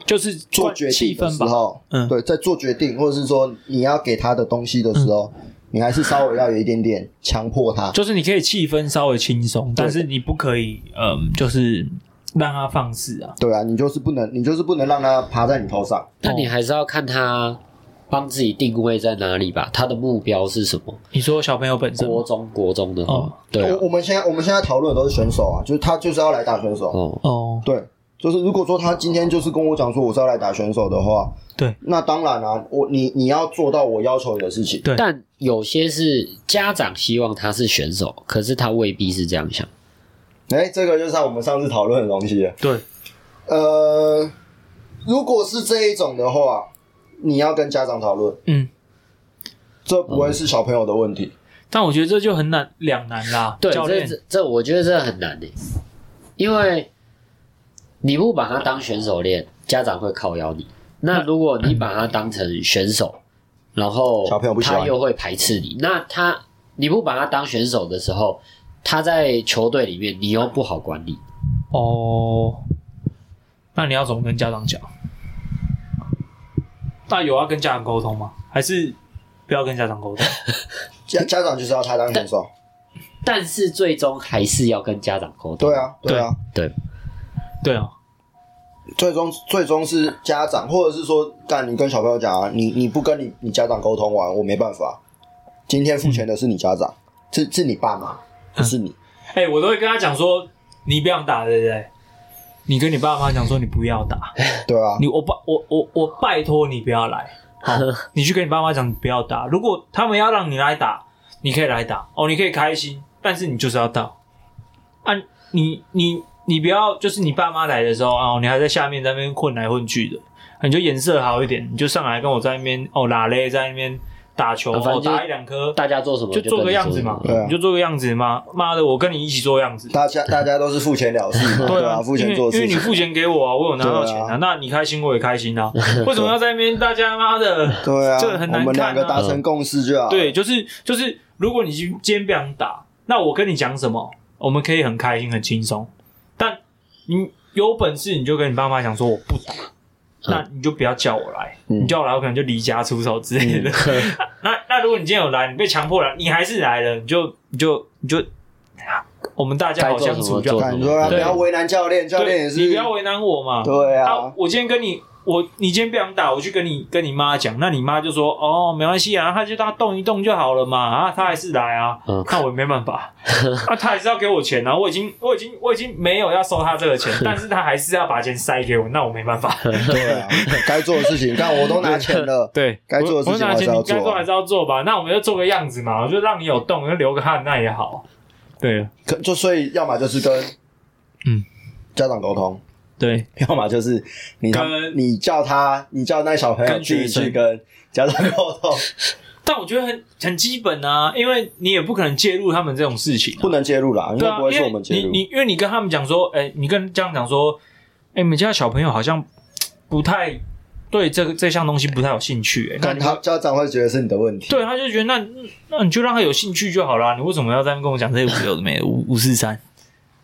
S2: 就是
S1: 做
S2: 关
S1: 决
S2: 气
S1: 定的
S2: 氛
S1: 时
S2: 吧，
S1: 候，
S2: 嗯
S1: 对，在做决定或者是说你要给他的东西的时候，你还是稍微要有一点点强迫他，
S2: 嗯就是你可以气氛稍微轻松，
S1: 对
S2: 但是你不可以，嗯，就是让他放肆啊，
S1: 对啊，你就是不能，你就是不能让他爬在你头上。
S3: 那你还是要看他帮自己定位在哪里吧，他的目标是什么？
S2: 你说小朋友本身吗
S3: 国中国中的
S2: 哦
S3: 话，对啊
S1: 我，我们现在我们现在讨论的都是选手啊，就是他就是要来打选手。
S3: 哦，
S2: 哦，
S1: 对，就是如果说他今天就是跟我讲说我是要来打选手的话，
S2: 对，
S1: 那当然啊，我你你要做到我要求你的事情。
S2: 对
S3: 但有些是家长希望他是选手，可是他未必是这样想。
S1: 哎，这个就是我们上次讨论的东西了。
S2: 对，
S1: 呃，如果是这一种的话，你要跟家长讨论，
S2: 嗯，
S1: 这不
S3: 哦
S1: 会是小朋友的问题。
S2: 但我觉得这就很难两难啦，
S3: 对，
S2: 教
S3: 这
S2: 练，
S3: 这这我觉得这很难的，因为你不把他当选手练，家长会靠邀你。那如果你把他当成选手， 然后
S1: 小朋友不喜欢
S3: 他又会排斥你，那他你不把他当选手的时候，他在球队里面你又不好管理。
S2: 哦，那你要怎么跟家长讲？那有要跟家长沟通吗？还是不要跟家长沟 通？
S1: 家家长就是要他当选手，
S3: 但是
S2: 啊
S3: 最终还是要跟家长沟通。
S1: 对，啊，对啊，
S3: 对，
S2: 对啊，
S1: 最终最终是家长，或者是说，干你跟小朋友讲啊，你你不跟你你家长沟通完，我没办法。今天付钱的是你家长，是是你爸妈，不是你。
S2: 哎、我都会跟他讲说，你不想打，对不对？你跟你爸妈讲说你不要打，
S1: 对啊，
S2: 你我拜我我我拜托你不要来， 好，你去跟你爸妈讲不要打。如果他们要让你来打，你可以来打哦，你可以开心，但是你就是要到啊，你你你不要就是你爸妈来的时候啊、哦，你还在下面在那边混来混去的，啊你就颜色好一点，你就上来跟我在那边哦拉嘞，在那边打球，
S3: 啊反正
S2: 哦
S3: 就是
S2: 打一两颗，
S3: 大家做什么
S2: 就
S3: 跟
S2: 做个
S3: 你
S2: 样
S3: 说
S2: 子
S3: 什
S2: 嘛
S3: 么，
S1: 对啊
S2: 你就做个样子嘛，妈的，我跟你一起做样子。
S1: 大家大家都是付钱了事嘛，
S2: 对
S1: 啊，付钱做
S2: 因为
S1: 事
S2: 因为
S1: 情
S2: 你。付钱给我啊，我有拿到钱
S1: 对啊
S2: 那你开心我也开心啊，为什么要在那边大家妈的？
S1: 对啊，
S2: 这个很
S1: 我
S2: 难
S1: 们两
S2: 看啊
S1: 个达成共识就好。
S2: 对，，就是就是，如果你今天不想打，那我跟你讲什么，我们可以很开心很轻松，但你有本事你就跟你爸妈讲说我不打。那你就不要叫我来，
S1: 嗯
S2: 你叫我来，我可能就离家出走之类的。
S3: 嗯
S2: 那那如果你今天有来，你被强迫来，你还是来了，你就你就你就，啊我们大家好相处就好
S3: 该做什么做什么
S1: 感觉啊，不
S2: 对
S1: 要为难教练，教练
S2: 对
S1: 也是。
S2: 你不要为难我嘛。
S1: 对
S2: 啊
S1: 啊，，
S2: 我今天跟你，我你今天不想打，我去跟你跟你妈讲，那你妈就说哦，没关系啊，他就当动一动就好了嘛，啊，他还是来啊，
S3: 嗯
S2: 那我也没办法，啊，他还是要给我钱啊，我已经我已经我已经没有要收他这 个钱，但是他还是要把钱塞给我，那我没办法，
S1: 对啊，该做的事情，但我都拿钱了。
S2: 对
S1: 该做的
S2: 我
S1: 事情
S2: 拿
S1: 还是
S2: 钱
S1: 要
S2: 你
S1: 做啊
S2: 该做还是要做吧，那我们就做个样子嘛，我就让你有动，就流个汗那也好， 对
S1: 可就所以，要么就是跟
S2: 嗯
S1: 家长沟通，
S2: 对，
S1: 要么就是你他
S2: 跟
S1: 你叫他，你叫那小朋友
S2: 跟
S1: 自己
S2: 学生
S1: 去跟家长沟 通，
S2: 但我觉得很很基本啊，因为你也不可能介入他们这种事情、啊
S1: 不。能介入啦，应
S2: 对
S1: 该
S2: 啊，
S1: 不会
S2: 因
S1: 是
S2: 为
S1: 我们介入
S2: 你。你因为你跟他们讲说，哎、你跟家长讲说，哎、你们家小朋友好像嘖不太对这个这项东西不太有兴趣、哎，那
S1: 但
S2: 你
S1: 他家长会觉得是你的问题，
S2: 对他就觉得那那你就让他有兴趣就好啦，你为什么要在那边跟我讲这些有的没的五五四三？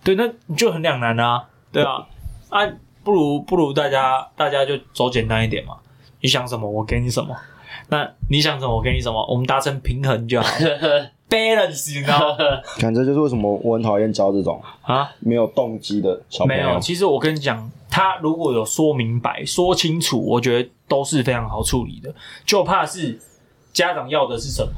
S2: 对，那你就很两难啊，对啊，啊，不如不如大家大家就走简单一点嘛，你想什么我给你什么，那你想什么我给你什么，我们达成平衡就好，balance，你知道吗？
S1: 感觉就是为什么我很讨厌教这种
S2: 啊。
S1: 没有动机的小朋
S2: 没有，
S1: 友。
S2: 其实我跟你讲，他如果有说明白、说清楚，我觉得都是非常好处理的。就怕是家长要的是什么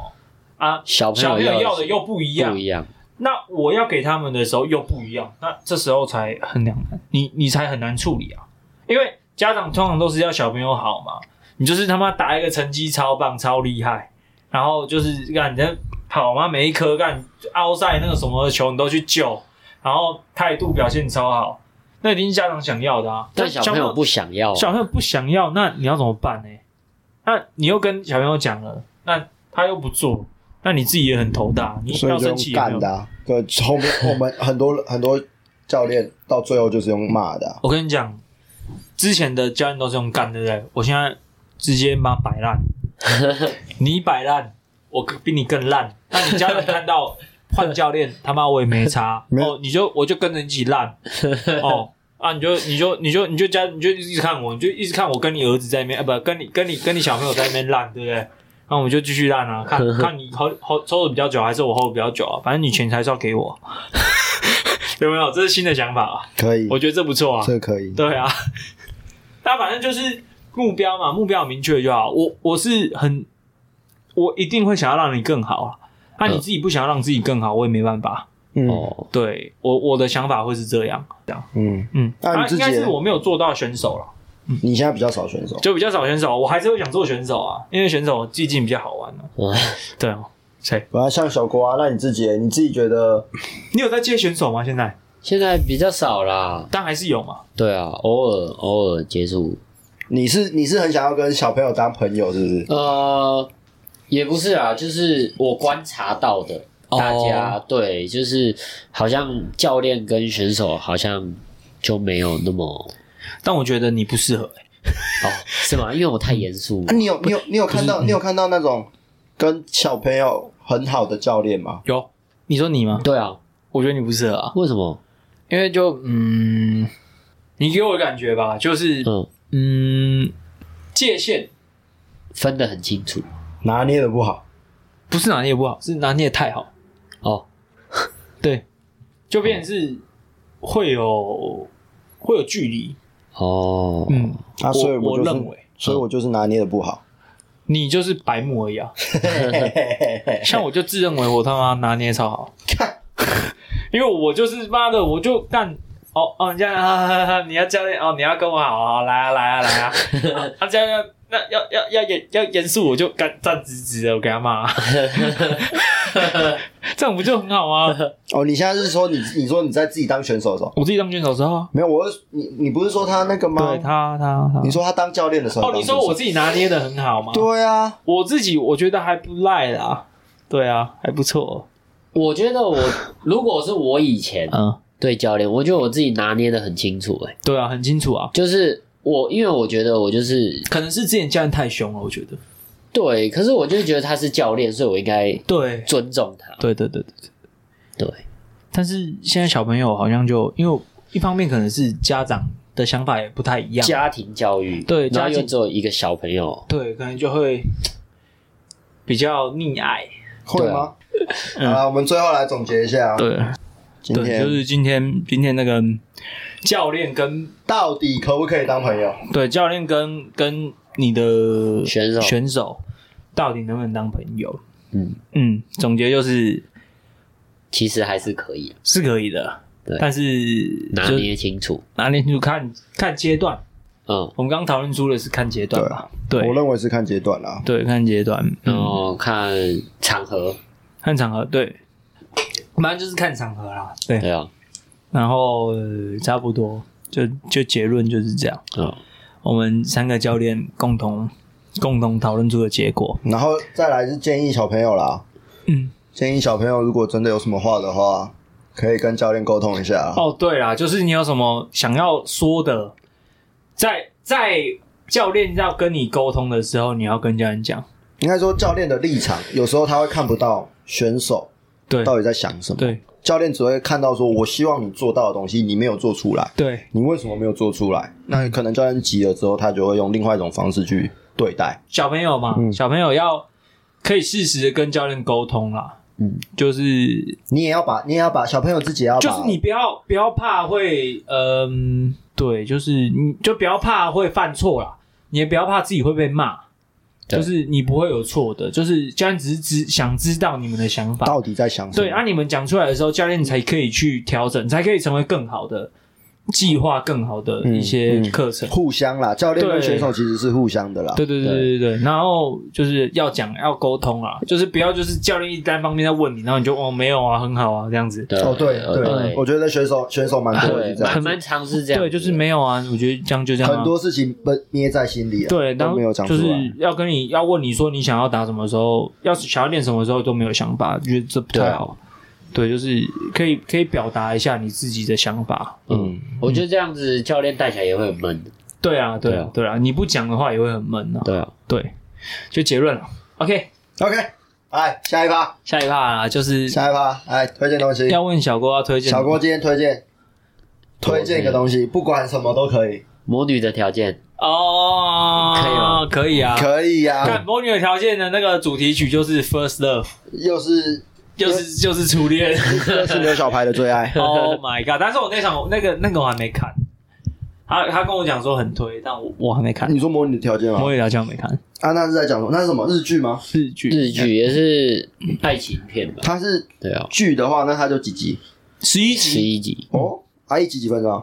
S2: 啊？
S3: 小
S2: 小朋
S3: 朋
S2: 友
S3: 友
S2: 要的
S3: 的
S2: 又不一样
S3: 不，一样，
S2: 那我要给他们的时候又不一样，那这时候才很两难，你你才很难处理啊。因为家长通常都是要小朋友好嘛，你就是他妈打一个成绩超棒、超厉害，然后就是干你在跑嘛，每一颗干奥赛那个什么球你都去救，然后态度表现超好，那一定是家长想要的啊。
S3: 但小朋友不想要啊，
S2: 小朋友不想要，那你要怎么办呢？那你又跟小朋友讲了，那他又不做，那你自己也很头大，你
S1: 所
S2: 要
S1: 以就
S2: 生
S1: 用
S2: 气也没有
S1: 干
S2: 用
S1: 的、啊，对，后面我们很多很多教练到最后就是用骂的啊、
S2: 我跟你讲，之前的教练都是用干，对不对？我现在直接妈摆 烂，你摆烂，我比你更烂。那你家人看到换 教练，他妈我也没差
S1: 没有
S2: 哦，你就我就跟着一 起烂哦。啊，你就你就你就你就家你就一直看我，你就一直看我跟你儿子在那边，啊不，跟你跟你跟你小朋友在那边烂，对不对？那我们就继续烂 啊，看看你 hold hold 抽的比较久，还是我 hold 的比较久啊？反正你钱还是要给我， 有没有？这是新的想法啊，
S1: 可以，
S2: 我觉得这不错啊。
S1: 这个可以。
S2: 对啊， 那反正就是目标嘛，目标明确就好。我我是很，我一定会想要让你更好啊。那、你
S3: 嗯
S2: 自己不想让自己更好，我也没办法。
S1: 嗯
S3: 哦，
S2: 对我我的想法会是这样，这样，
S1: 嗯，
S2: 嗯，
S1: 那你
S2: 啊、
S1: 自
S2: 应
S1: 己
S2: 该是
S1: 也
S2: 我没有做到选手了，
S1: 你现在比较少选手，
S2: 就比较少选手，我还是会想做选手啊，因为选手毕竟比较好玩啊。
S3: 嗯
S2: 对哦，谁？
S1: 本来像小郭啊，那你自己耶你自己觉得
S2: 你有在接选手吗？现在？
S3: 现在比较少啦，
S2: 但还是有嘛。
S3: 对啊，偶尔偶尔接触，
S1: 你是你是很想要跟小朋友当朋友，是不是？
S3: 呃，也不是啊，就是我观察到的，
S2: 哦
S3: 大家对，就是好像教练跟选手好像就没有那么
S2: 但我觉得你不适合、欸
S3: 哦，是吗？因为我太严肃
S1: 啊，，你有你有你有看到你有看到那种跟小朋友很好的教练吗？
S2: 有，你说你吗？
S3: 对啊，
S2: 我觉得你不适合啊，
S3: 为什么？
S2: 因为就嗯，你给我的感觉吧，就是
S3: 嗯，
S2: 嗯，界限
S3: 分得很清楚
S1: 拿捏的不好，
S2: 不是拿捏不好，是拿捏太好，
S3: 哦，
S2: 对，就变成是会有、会有距离，
S3: 哦，
S2: 嗯，
S1: 啊，所以
S2: 我
S1: 就是
S2: 认为，嗯
S1: 所以我就是拿捏的不好。
S2: 你就是白目而已 啊。像我就自认为我他妈拿捏超 好，因为我就是妈的，我就干哦哦，你这样啊啊，啊你要教练哦，你要跟我好好来啊来啊来 啊，他这样要那要要要严要严肃，我就干站直直的，我给他 骂，这样不就很好吗？
S1: 哦，你现在是说你你说你在自己当选手的时候，
S2: 我自己当选手之后啊，
S1: 没有我是你你不是说他那个吗
S2: 对？他他他
S1: 你，说他当教练的时候
S2: 哦，你说我自己拿捏的很好吗？
S1: 对啊，
S2: 我自己我觉得还不赖啦，对啊，还不错，
S3: 我觉得我如果是我以前
S2: 嗯，
S3: 对教练，我觉得我自己拿捏的很清楚、欸，
S2: 对啊，很清楚啊，
S3: 就是我因为我觉得我就是
S2: 可能是之前教练太凶了，我觉得，
S3: 对，可是我就觉得他是教练，所以我应该
S2: 对，
S3: 尊重他。
S2: 对对对对对。
S3: 对，
S2: 但是现在小朋友好像就因为一方面可能是家长的想法也不太一样，
S3: 家庭教育，
S2: 对
S3: 然
S2: 家
S3: 后又
S2: 庭
S3: 只有一个小朋友，
S2: 对，可能就会比较溺爱。
S1: 会
S3: 对啊
S1: 吗？啊，我们最后来总结一下啊，
S2: 嗯对
S1: 今
S2: 对，就
S1: 天
S2: 是今天今天那个教练跟
S1: 到底可不可以当朋友？
S2: 对教练跟跟你的
S3: 选手
S2: 选手到底能不能当朋友？
S3: 嗯，
S2: 嗯，总结就是
S3: 其实还是可以
S2: 是可以的
S3: 对，
S2: 但是
S3: 拿
S2: 就
S3: 捏清楚。
S2: 拿捏就看看阶段。
S3: 嗯，
S2: 我们刚刚讨论出的是看阶段吧？对，
S1: 啊我认为是看阶段啦。
S2: 对，看阶段，
S3: 然
S2: 嗯，
S3: 后看场合，
S2: 看场合，对，反正就是看场合啦，对，
S3: 对啊，
S2: 然后、呃差不多，就就结论就是这样，
S3: 嗯，
S2: 我们三个教练共同共同讨论出的结果，
S1: 然后再来是建议小朋友啦，
S2: 嗯，
S1: 建议小朋友如果真的有什么话的话，可以跟教练沟通一下啊。
S2: 哦，对啦，就是你有什么想要说的，在在教练要跟你沟通的时候，你要跟教练讲，
S1: 应该说教练的立场，有时候他会看不到选手
S2: 对
S1: 到底在想什么。
S2: 对
S1: 教练只会看到说，我希望你做到的东西，你没有做出来，
S2: 对
S1: 你为什么没有做出来？那可能教练急了之后，他就会用另外一种方式去对待。
S2: 小朋友嘛，
S1: 嗯
S2: 小朋友要可以适时的跟教练沟通啦，
S3: 嗯，
S2: 就是
S1: 你也要把，你也要把小朋友自己也要把，
S2: 就是你不要不要怕会，嗯、对，就是你就不要怕会犯错啦，你也不要怕自己会被骂，
S3: 对
S2: 就是你不会有错的，就是教练只是只想知道你们的想法，
S1: 到底在想什么？
S2: 对，啊，你们讲出来的时候，教练才可以去调整，才可以成为更好的计划，更好的一些
S1: 嗯嗯
S2: 课程。
S1: 互相啦，教练跟
S2: 对
S1: 选手其实是互相的啦。
S2: 对对对对对，对然后就是要讲要沟通啊，就是不要就是教练一单方面在问你，然后你就哦没有啊，很好啊这样子，
S3: 对，
S1: 哦，对
S3: 呃
S1: 对，我觉得选手选手蛮多的
S3: 对，
S1: 是这样
S3: 蛮
S1: 子，
S3: 蛮尝试这样，
S2: 对，就是，没有啊，我觉得这样就这样、啊，
S1: 很多事情被捏在心里啊，
S2: 对，然
S1: 都
S2: 后
S1: 没有讲出
S2: 就
S1: 来。
S2: 是要跟你要问你说你想要打什么时候，要是想要练什么时候都没有想法，觉得这不太好。对，就是可以可以表达一下你自己的想法。
S1: 嗯，
S3: 我觉得这样子教练带起来也会很闷，
S2: 对啊，对
S3: 对啊
S2: 啊，对啊，你不讲的话也会很闷啊。
S3: 对啊，
S2: 对，就结论了。OK，
S1: OK，来下一趴，
S2: 下一趴啊，就是
S1: 下一趴，来推荐东西。
S2: 要问小郭要推荐
S1: 小郭今天推荐推荐一个东西，不管什么都可以，
S3: 魔女的条件，
S2: 哦，
S3: 可以吗？
S2: 可以啊。
S1: 可以
S2: 看
S1: 呀。
S2: 魔女的条件的那个主题曲就是 First Love，
S1: 又是
S2: 又是就是初 恋。。
S1: 又是刘小排的最爱
S2: Oh my god！但是我那场那个那个我还没看，他他跟我讲说很推，但我我还没看
S1: 你，说模拟的条件吗？
S2: 我也聊天没看，
S1: 啊，那是在讲什么？那是什么日剧吗？
S2: 日剧
S3: 日剧也是爱情片吧？
S1: 它是
S3: 对啊，
S1: 剧的话，那它就几集
S2: 十一
S3: 十
S2: 集，
S3: 一集，
S1: 哦？啊，一集几分钟啊？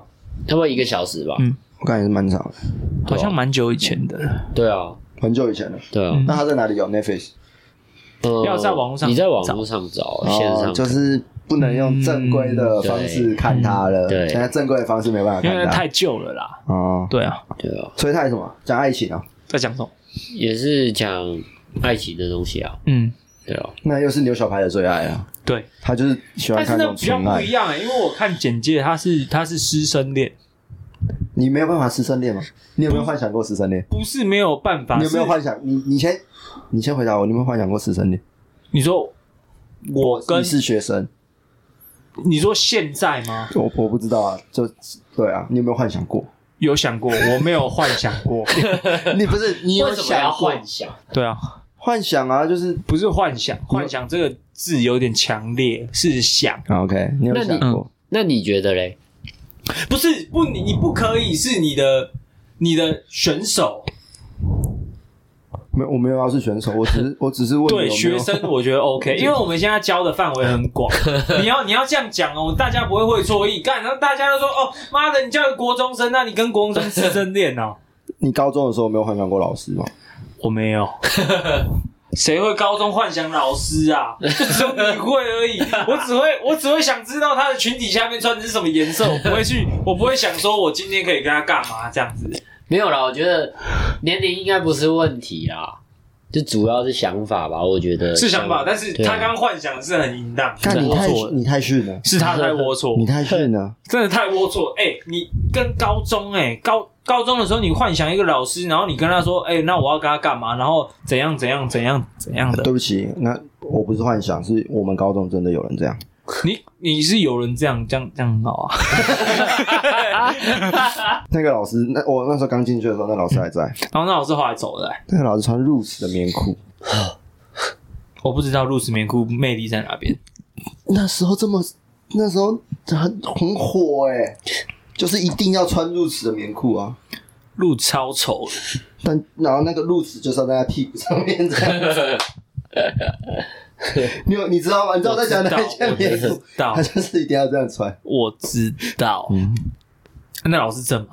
S3: 差不多一个小时吧
S2: 嗯，
S1: 我感觉是蛮长的，
S2: 好像蛮久以前的
S1: 嗯
S2: 了。
S3: 对啊，
S1: 很久以前了。
S3: 对啊，
S2: 嗯
S1: 那它在哪里有 Netflix？
S3: 呃
S2: 要在网络上
S3: 你在网络上找，啊线上
S1: 哦就是不能用正规的方式看它了。
S3: 嗯对
S1: 现在正规的方式没办法
S2: 因
S1: 看
S2: 为
S1: 它。
S2: 太旧了啦，
S1: 哦，
S2: 对啊，
S3: 对啊，
S1: 所以它是什么？讲爱情啊？
S2: 在讲什么？
S3: 也是讲爱情的东西啊，
S2: 嗯，
S3: 对啊，
S1: 那又是刘小排的最爱啊。
S2: 对。
S1: 他就是喜欢
S2: 但是
S1: 看那
S2: 那
S1: 种
S2: 比较
S1: 纯
S2: 不
S1: 爱
S2: 一。样、欸，因为我看简介，他是他是师生恋，
S1: 你没有办法师生恋吗？你有没有幻想过师生恋？
S2: 不是没有办法。
S1: 你有没有
S2: 是
S1: 幻想？你你先，你先回答我，你有没有幻想过师生恋？
S2: 你说我跟
S1: 你是学生，
S2: 你说现在吗？
S1: 我我不知道啊，就对啊，你有没有幻想 过？
S2: 有想过？我没有幻想 过。
S1: 你不是你有
S3: 为什么要
S1: 想过
S3: 幻想？
S2: 对啊，
S1: 幻想啊？就是
S2: 不是幻想，幻想这个字有点强烈，是想。
S1: 啊 OK，你有
S3: 那你
S1: 想过？
S3: 那你觉得嘞？
S2: 不是不你你不可以是你的你的选手
S1: 没有，我没有要是选手，我只是我只是问
S2: 嗯对
S1: 你有没
S2: 学
S1: 有
S2: 生，我觉得 OK，因为我们现在教的范围很广，你要你要这样讲哦，大家不会会错意，干，然后大家都说哦，妈的，你教国中生，那你跟国中生师生恋哦，
S1: 你高中的时候有没有幻想过老师吗？
S2: 我没有。 谁会高中幻想老师啊？就只有你会而 已。我只会，我只会想知道他的裙底下面穿的是什么颜色，我不会去，我不会想说我今天可以跟他干嘛这样子。
S3: 没有啦，我觉得年龄应该不是问题啦，就主要是想法吧。我觉得
S2: 是想法，但是
S3: 对啊
S2: 他刚幻想是很淫荡，
S1: 看你太
S3: 我错了
S1: 你太逊了，
S2: 是他太龌龊
S1: 你，太逊了。
S2: 真的太龌龊。哎、你跟高中哎、高高中的时候，你幻想一个老师，然后你跟他说，哎、那我要跟他干嘛，然后怎样怎样怎样怎样的
S1: 对，不起，那我不是幻想，是我们高中真的有人这样。
S2: 你你是有人这样这样这样很好啊？
S1: 那个老师，那我那时候刚进去的时候，那老师还在。
S2: 然后那老师后来走了、哎
S1: 那个老师穿 Roots 的棉裤，
S2: 我不知道露丝棉裤魅力在哪边。
S1: 那时候这么，那时候很很火哎、就是一定要穿 Roots 的棉裤啊。
S2: 露超丑的，
S1: 但然后那个 Roots 就是要在他屁股上面这样 子。你有你知道吗？你知道我在讲哪一件棉
S2: 我
S1: 裤
S2: 知？道
S1: 他就是一定要这样 穿，
S2: 我知道。
S3: 嗯
S2: 那老师怎么？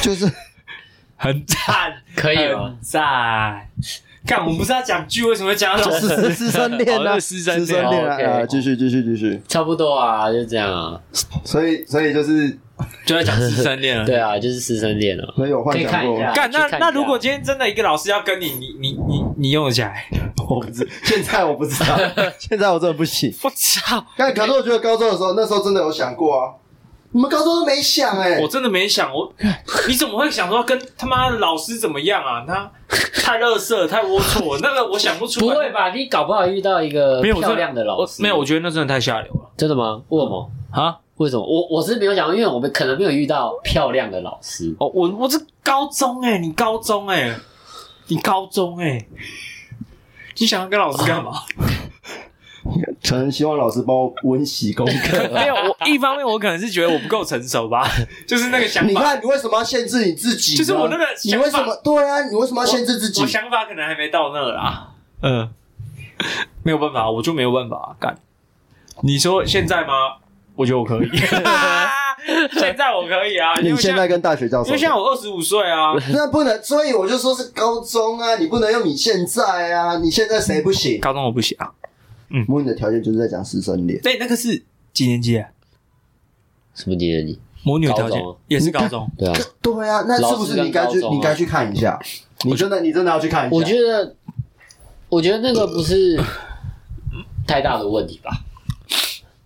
S1: 就是
S2: 很赞，
S3: 可以吗
S2: 很赞。看，我们不是要讲剧，为什么会讲到老
S1: 师
S2: 师？
S1: 师师生恋
S2: 哦
S1: 啊，
S2: 那师生恋
S1: 师生恋啊
S3: 哦，OK
S1: 啊继续继续继续。
S3: 差不多啊，就这样啊。
S1: 所以所以就是，
S2: 就在讲师生 恋了。
S3: 对啊，就是师生恋啊。
S1: 所以有幻
S3: 可以
S1: 想
S3: 看一
S1: 过
S3: 下
S2: 干那
S3: 去看一下
S2: 那如果今天真的一个老师要跟你，你你你你用得起来？
S1: 我不知，现在我不知道，现在我真的不行。
S2: 我操！
S1: 但可是我觉得高中的时候，那时候真的有想过啊。你们高中都没想哎、
S2: 我真的没想 我，你怎么会想说跟他妈的老师怎么样啊？他太乐色，太龌龊，那个我想不出
S3: 不
S2: 来。
S3: 会吧？你搞不好遇到一
S1: 呃
S3: 个
S2: 没有我真
S3: 漂亮的老
S2: 我
S3: 师，
S2: 没有，我嗯觉得那真的太下流了
S3: 真的吗？为什么？
S2: 啊！
S3: 为什么？我我是没有想到，因为我们可能没有遇到漂亮的老师。
S2: 哦，我我是高中哎、你高中哎、你高中哎、你想要跟老师干嘛？
S1: 可能希望老师帮我温习功课。
S2: 没有，我一方面我可能是觉得我不够成熟吧，就是那个想
S1: 你
S2: 法，
S1: 看，你为什么要限制你自己呢？
S2: 就是我那个
S1: 你
S2: 想法
S1: 为什么？对啊，你为什么要限制自己
S2: 我？想法可能还没到那啦。嗯， 没有办法，我就没有办法干。你说现在吗？我觉得我可 以，现在我可以啊，因
S1: 你
S2: 为
S1: 现在跟大学教
S2: 因
S1: 授
S2: 为，现在我二十五岁 啊，
S1: 那不能，所以我就说是高中啊，你不能用你现在啊，你现在谁不行？
S2: 高中我不行啊。
S1: 母女的条件就是在讲师生恋，
S2: 对，那个是几年级啊？
S3: 什么年纪？
S2: 母女的条件
S3: 高中
S2: 也是高中，嗯
S3: 对啊，
S1: 对啊，那是不是你该去
S3: 老师跟高中啊
S1: 你该去看一下？你真的你真的要去看一下？
S3: 我觉得，我觉得那个不是太大的问题吧。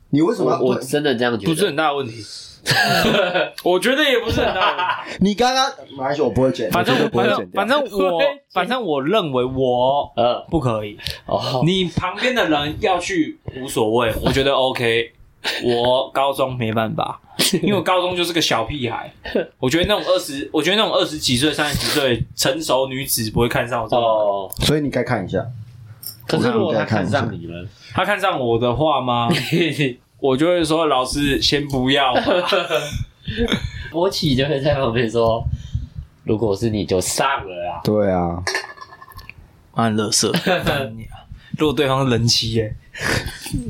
S1: 你为什么
S3: 我
S1: 要
S3: 我
S1: 对
S3: 真的这样觉得，
S2: 不是很大的问题。 我觉得也不是很大的问题。
S1: 你刚刚马来西亚我不会剪，
S2: 反
S1: 我绝
S2: 正
S1: 对不会
S2: 反
S1: 剪掉
S2: 正反 正我反正我认为我
S3: 呃
S2: 不可以，
S3: 哦，
S2: 你旁边的人要去无所 谓，我觉得 OK。我高中没办 法，因为我高中就是个小屁孩。我觉得那种二十，我觉得那种二十几岁、三十几岁成熟女子不会看上我这种。
S3: 哦，
S1: 所以你该看一下。
S3: 可是如果他
S1: 我看
S3: 看
S1: 一下
S3: 上你了，
S2: 她看上我的话 吗？我就会说老师先不要吧。
S3: 博起就会在旁边说：“如果是你就上了啊。
S1: 对啊，
S2: 妈的，乐色！干你啊 如果对方是人妻耶、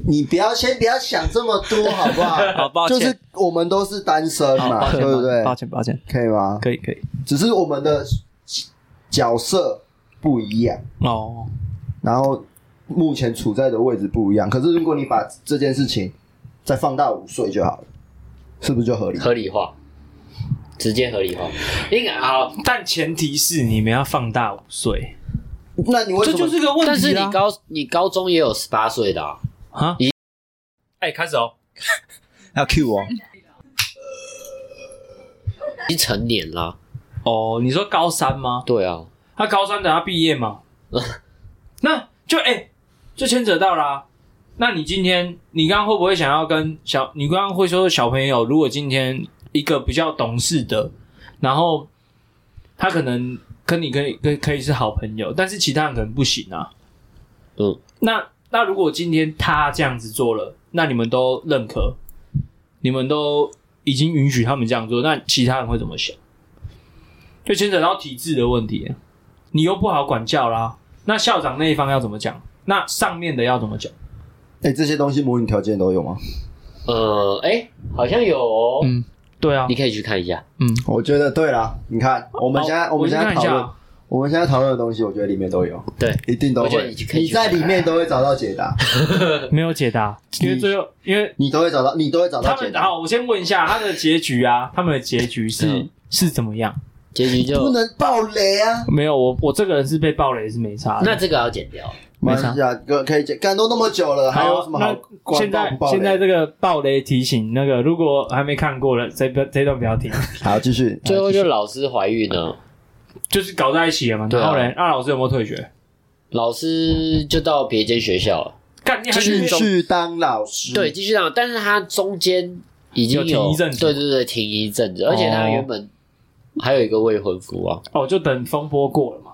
S1: 你不要先不要想这么多，好不好？
S2: 好哦抱歉
S1: 就是我们都是单身
S2: 好
S1: 嘛，
S2: 抱歉，
S1: 对不对？啊
S2: 抱歉，抱歉，
S1: 可以吗？
S2: 可以，可以。
S1: 只是我们的角色不一样，
S2: 哦，
S1: 然后目前处在的位置不一样。可是如果你把这件事情再放大五岁就好了，是不是就合理”？
S3: 合理化，直接合理化。应该好，
S2: 但前提是你们要放大五岁，
S1: 那你为什
S2: 这
S1: 么？
S2: 就是个问题、啊。
S3: 但是你高你高中也有十八岁的啊，
S2: 啊
S3: 一？
S2: 哎、开始哦。
S1: 要 Q 我？
S3: 已经成年啦。
S2: 哦，你说高三吗？
S3: 对啊，
S2: 他高三等他毕业嘛？那就哎、就牵扯到啦、那你今天，你刚刚会不会想要跟小？你刚刚会说小朋友，如果今天一个比较懂事的，然后他可能跟你可以可以可以是好朋友，但是其他人可能不行啊。
S3: 嗯，
S2: 那那如果今天他这样子做了，那你们都认可，你们都已经允许他们这样做，那其他人会怎么想？就牵扯到体制的问题，你又不好管教啦。那校长那一方要怎么讲？那上面的要怎么讲？
S1: 哎、这些东西模拟条件都有吗？
S3: 呃，哎、好像有、哦，
S4: 嗯，对啊
S3: 你，可以去看一下。
S4: 嗯，
S1: 我觉得对啦，你看我们现在、
S2: 好
S1: 我们现在
S2: 先看
S1: 讨
S2: 一下
S1: 论我们现在讨论的东西，我觉得里面都有，
S3: 对，
S1: 一定都
S3: 我觉得
S1: 会
S3: 你可，以
S1: 你
S3: 去
S1: 在
S3: 看
S1: 里面都会找到解答，
S4: 没有解答，
S2: 因为最后，因为
S1: 你都会找到，你都会找到
S2: 他
S1: 解
S2: 们
S1: 答。
S2: 好，我先问一下他的结局啊，他们的结局是、
S3: 嗯
S2: 是怎么样？
S3: 结局就
S1: 不能爆雷啊！
S2: 没有，我我这个人是被暴雷是没差的。
S3: 那这个要剪掉。
S1: 没
S4: 没
S1: 事
S4: 差
S1: 啊，可可以解，干都那么久了，还有什么好
S2: 那
S1: 管
S2: 现
S1: 爆
S2: 在
S1: 不爆
S2: 现在
S1: 雷？
S2: 这个暴雷提醒，那个如果还没看过的，这不这段不 要听，
S1: 好，继续。
S3: 最后就老师怀孕了，
S2: 就是搞在一起了嘛。
S3: 对啊
S2: 然后嘞，那老师有没有退学？
S3: 老师就到别间学校了。
S2: 干，你还
S1: 继
S2: 是
S1: 续当老师，
S3: 对，，继续讲，但是他中间已经
S2: 有停一阵子
S3: 对对对，停一阵子，而且他原本还有一个未婚夫啊，
S2: 哦，就等风波过了嘛。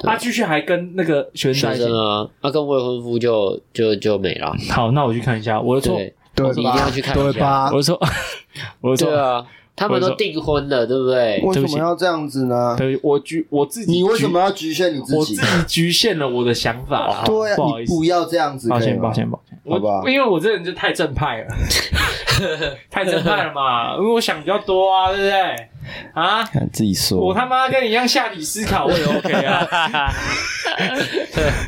S3: 对
S2: 他继续还跟那个学生在
S3: 学
S2: 一起
S3: 生。啊，他跟未婚夫就就就没了。
S2: 好，那我去看一下。我的错，
S3: 对，
S1: 对吧？
S3: 你一定要去看一下
S1: 对吧？
S2: 我的错， 我的
S3: 对
S2: 错。
S3: 啊，他们都订婚了，对不对？
S1: 为什
S2: 对不
S1: 么
S2: 起
S1: 要这样子呢？
S2: 对，我局我自己，
S1: 你为什么要局限你自
S2: 我自
S1: 己？
S2: 己局限了我的想法啦？
S1: 对啊
S2: 不好，意
S1: 你
S2: 思，
S1: 不要这样子，
S4: 抱
S1: 可以
S4: 歉
S1: 吗
S4: 抱。歉抱歉，
S1: 好吧
S2: 我因为我这人就太正派 了，太正派了嘛，因为我想比较多啊，对不对？啊，
S1: 看自己
S2: 我
S1: 说，
S2: 他妈跟你一样下体思考，我也 OK 啊。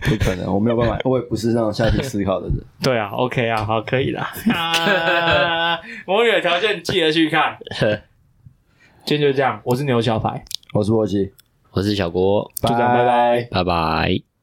S1: 不可能，我没有办法，我也不是那种下体思考的人。
S2: 对啊，OK 啊，好，可以啦。啊，我有条件记得去 看。今天就这样，我是牛小排，
S1: 我是波奇，
S3: 我是小郭，
S2: 就这样，拜拜。
S3: 拜拜。